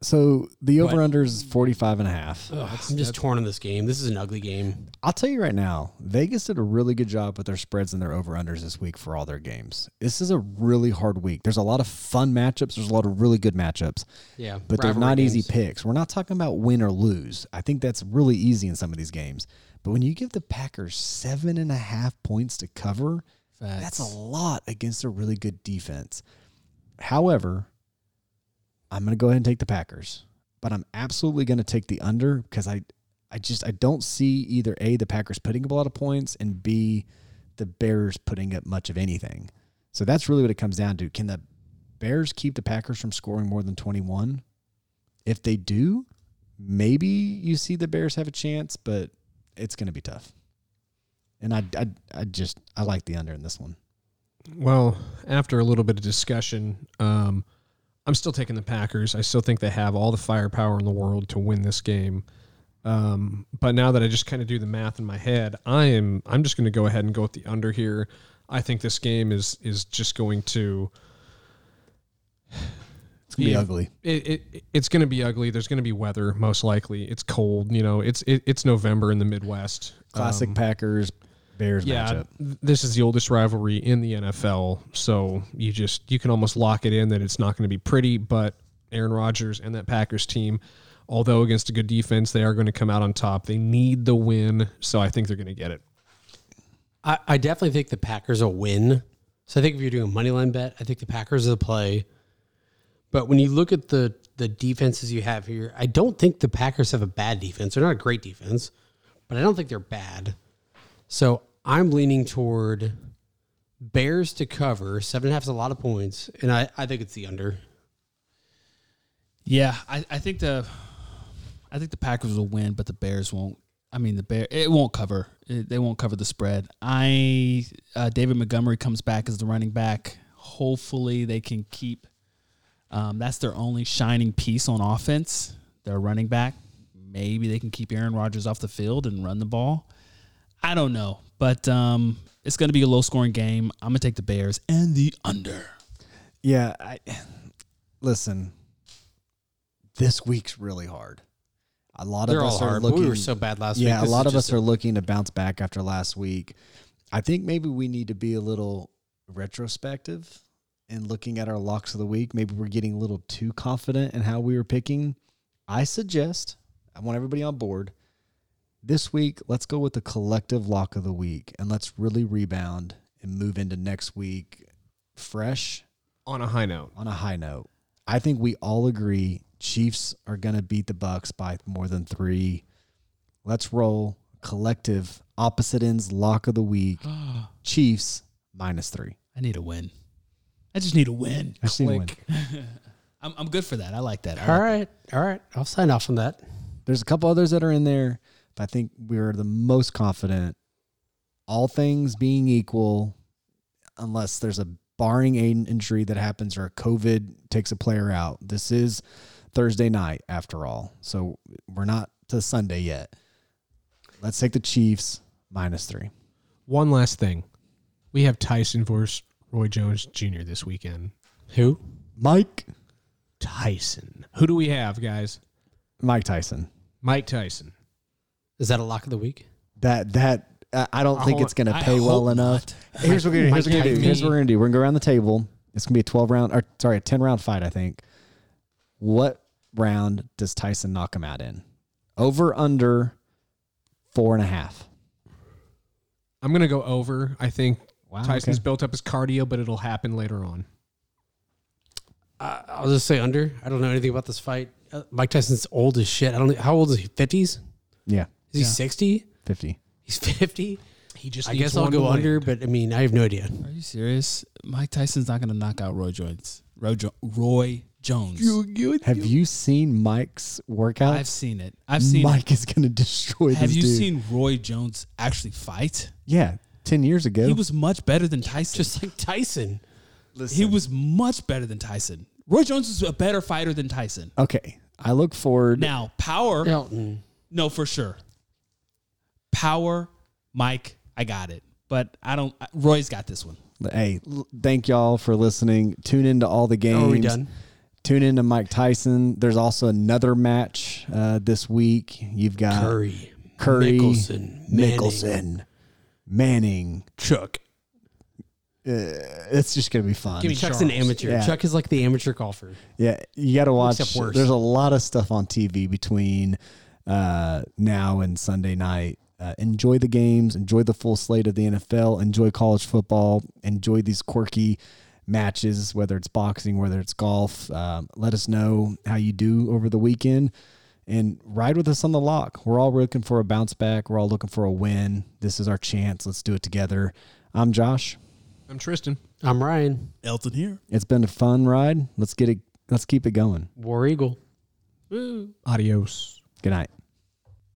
Speaker 3: so the over under is 45 and a half.
Speaker 1: Ugh, I'm just torn on this game. This is an ugly game.
Speaker 3: I'll tell you right now, Vegas did a really good job with their spreads and their over unders this week for all their games. This is a really hard week. There's a lot of fun matchups, there's a lot of really good matchups,
Speaker 1: Yeah,
Speaker 3: but they're
Speaker 1: rivalry
Speaker 3: not easy
Speaker 1: games.
Speaker 3: picks. We're not talking about win or lose. I think that's really easy in some of these games. But when you give the Packers seven and a half points to cover, that's a lot against a really good defense. However, I'm going to go ahead and take the Packers, but I'm absolutely going to take the under because I, I just I don't see either a the Packers putting up a lot of points and b the Bears putting up much of anything. So that's really what it comes down to. Can the Bears keep the Packers from scoring more than 21? If they do, maybe you see the Bears have a chance, but it's going to be tough. And I, I, I just I like the under in this one.
Speaker 4: Well, after a little bit of discussion, um, I'm still taking the Packers. I still think they have all the firepower in the world to win this game. Um, but now that I just kind of do the math in my head, I am I'm just going to go ahead and go with the under here. I think this game is is just going to
Speaker 3: It's going to be
Speaker 4: Yeah.
Speaker 3: ugly.
Speaker 4: it, it it's going to be ugly. There's going to be weather most likely. It's cold, you know. It's it, it's November in the Midwest.
Speaker 3: Classic
Speaker 4: Um,
Speaker 3: Packers Bears
Speaker 4: yeah,
Speaker 3: matchup.
Speaker 4: th- this is the oldest rivalry in the NFL, so you just you can almost lock it in that it's not going to be pretty. But Aaron Rodgers and that Packers team, although against a good defense, they are going to come out on top. They need the win, so I think they're going to get it.
Speaker 1: I, I definitely think the Packers will win. So I think if you're doing a money line bet, I think the Packers are the play. But when you look at the the defenses you have here, I don't think the Packers have a bad defense. They're not a great defense, but I don't think they're bad. So I'm leaning toward Bears to cover. Seven and a half is a lot of points, and I, I think it's the under.
Speaker 2: Yeah, I, I think the I think the Packers will win, but the Bears won't. I mean, the Bear it won't cover. It, they won't cover the spread. I uh, David Montgomery comes back as the running back. Hopefully, they can keep. Um, that's their only shining piece on offense. Their running back. Maybe they can keep Aaron Rodgers off the field and run the ball. I don't know, but um, it's going to be a low scoring game. I'm going to take the Bears and the under.
Speaker 3: Yeah, I listen. This week's really hard. A lot
Speaker 1: They're
Speaker 3: of
Speaker 1: all
Speaker 3: us are
Speaker 1: hard. but
Speaker 3: looking.
Speaker 1: we were so bad last week.
Speaker 3: yeah, a
Speaker 1: This is
Speaker 3: lot of
Speaker 1: just
Speaker 3: us are looking to bounce back after last week. I think maybe we need to be a little retrospective in looking at our locks of the week. Maybe we're getting a little too confident in how we were picking. I suggest I want everybody on board. This week, let's go with the collective lock of the week and let's really rebound and move into next week fresh
Speaker 4: On a high note,
Speaker 3: on a high note, I think we all agree Chiefs are going to beat the Bucks by more than 3. Let's roll collective opposite ends lock of the week. Chiefs minus 3.
Speaker 2: I need a win. I just need a win.
Speaker 3: I just need to win.
Speaker 4: Click.
Speaker 2: I'm, I'm good for that. I like that. I
Speaker 1: All
Speaker 2: like-
Speaker 1: right, all right. I'll sign off on that.
Speaker 3: There's a couple others that are in there, but I think we're the most confident all things being equal unless there's a barring an injury that happens or a COVID takes a player out. This is Thursday night after all. So we're not to Sunday yet. Let's take the Chiefs minus three.
Speaker 4: one last thing, we have Tyson versus Roy Jones Jr. this weekend.
Speaker 1: Who?
Speaker 3: Mike
Speaker 4: Tyson, who do we have, guys?
Speaker 3: Mike Tyson.
Speaker 4: Mike Tyson.
Speaker 1: Is that a lock of the week?
Speaker 3: That that I I don't think
Speaker 4: hope-
Speaker 3: it's gonna
Speaker 2: I
Speaker 3: pay well
Speaker 2: hope
Speaker 3: enough. Here's what we're gonna, here's what we're gonna do.
Speaker 4: Tyson.
Speaker 3: Here's what we're gonna do. We're gonna go around the table. It's gonna be a twelve round or sorry, a ten round fight, I think. What round does Tyson knock him out in? Over under four and a half.
Speaker 4: I'm going to go over. I think
Speaker 3: Wow.
Speaker 4: Tyson's
Speaker 3: okay.
Speaker 4: built up his cardio, but it'll happen later on.
Speaker 1: I I'll just say under. I don't know anything about this fight. Uh, Mike Tyson's old as shit. I don't. e, How old is he? Fifties?
Speaker 3: Yeah,
Speaker 1: Is he sixty?
Speaker 3: fifty.
Speaker 1: He's fifty.
Speaker 4: He just.
Speaker 1: I guess I'll go under, but I mean, I have no idea.
Speaker 2: Are you serious? Mike Tyson's not going to knock out Roy Jones. Roy, jo- Roy Jones.
Speaker 3: Have you seen Mike's workouts?
Speaker 2: I've seen it. I've seen.
Speaker 3: Mike is gonna destroy
Speaker 2: have
Speaker 3: this
Speaker 2: you
Speaker 3: dude.
Speaker 2: seen Roy Jones actually fight?
Speaker 3: Yeah, ten years ago.
Speaker 2: He was much better than Tyson.
Speaker 1: Just like Tyson.
Speaker 3: Listen.
Speaker 2: He was much better than Tyson. Roy Jones is a better fighter than Tyson.
Speaker 3: Okay. I look forward.
Speaker 2: Now, power,
Speaker 1: Elton.
Speaker 2: no, for sure. Power, Mike, I got it. But I don't, Roy's got this one.
Speaker 3: Hey, l- thank y'all for listening. Tune into all the games.
Speaker 2: Oh,
Speaker 1: Oh, Are we done?
Speaker 3: Tune into Mike Tyson. There's also another match uh, this week. You've got
Speaker 1: Curry,
Speaker 3: uh, Curry,
Speaker 1: Mickelson, Manning.
Speaker 3: Mickelson, Manning. Uh,
Speaker 1: Chuck.
Speaker 3: It's just gonna be fun.
Speaker 4: Give me
Speaker 1: Chuck's an
Speaker 4: Charles.
Speaker 1: amateur.
Speaker 3: Yeah.
Speaker 1: Chuck is like the amateur golfer.
Speaker 3: Yeah, you got to watch.
Speaker 1: Except worse.
Speaker 3: There's a lot of stuff on TV between uh, now and Sunday night. Uh, enjoy the games. Enjoy the full slate of the NFL. Enjoy college football. Enjoy these quirky matches, whether it's boxing, whether it's golf. Um, let us know how you do over the weekend, and ride with us on the lock. We're all looking for a bounce back. We're all looking for a win. This is our chance. Let's do it together. I'm Josh.
Speaker 4: I'm Tristan.
Speaker 1: I'm Ryan.
Speaker 2: Elton here.
Speaker 3: It's been a fun ride. Let's get it. Let's keep it going.
Speaker 1: War Eagle.
Speaker 4: Adios.
Speaker 3: Good night.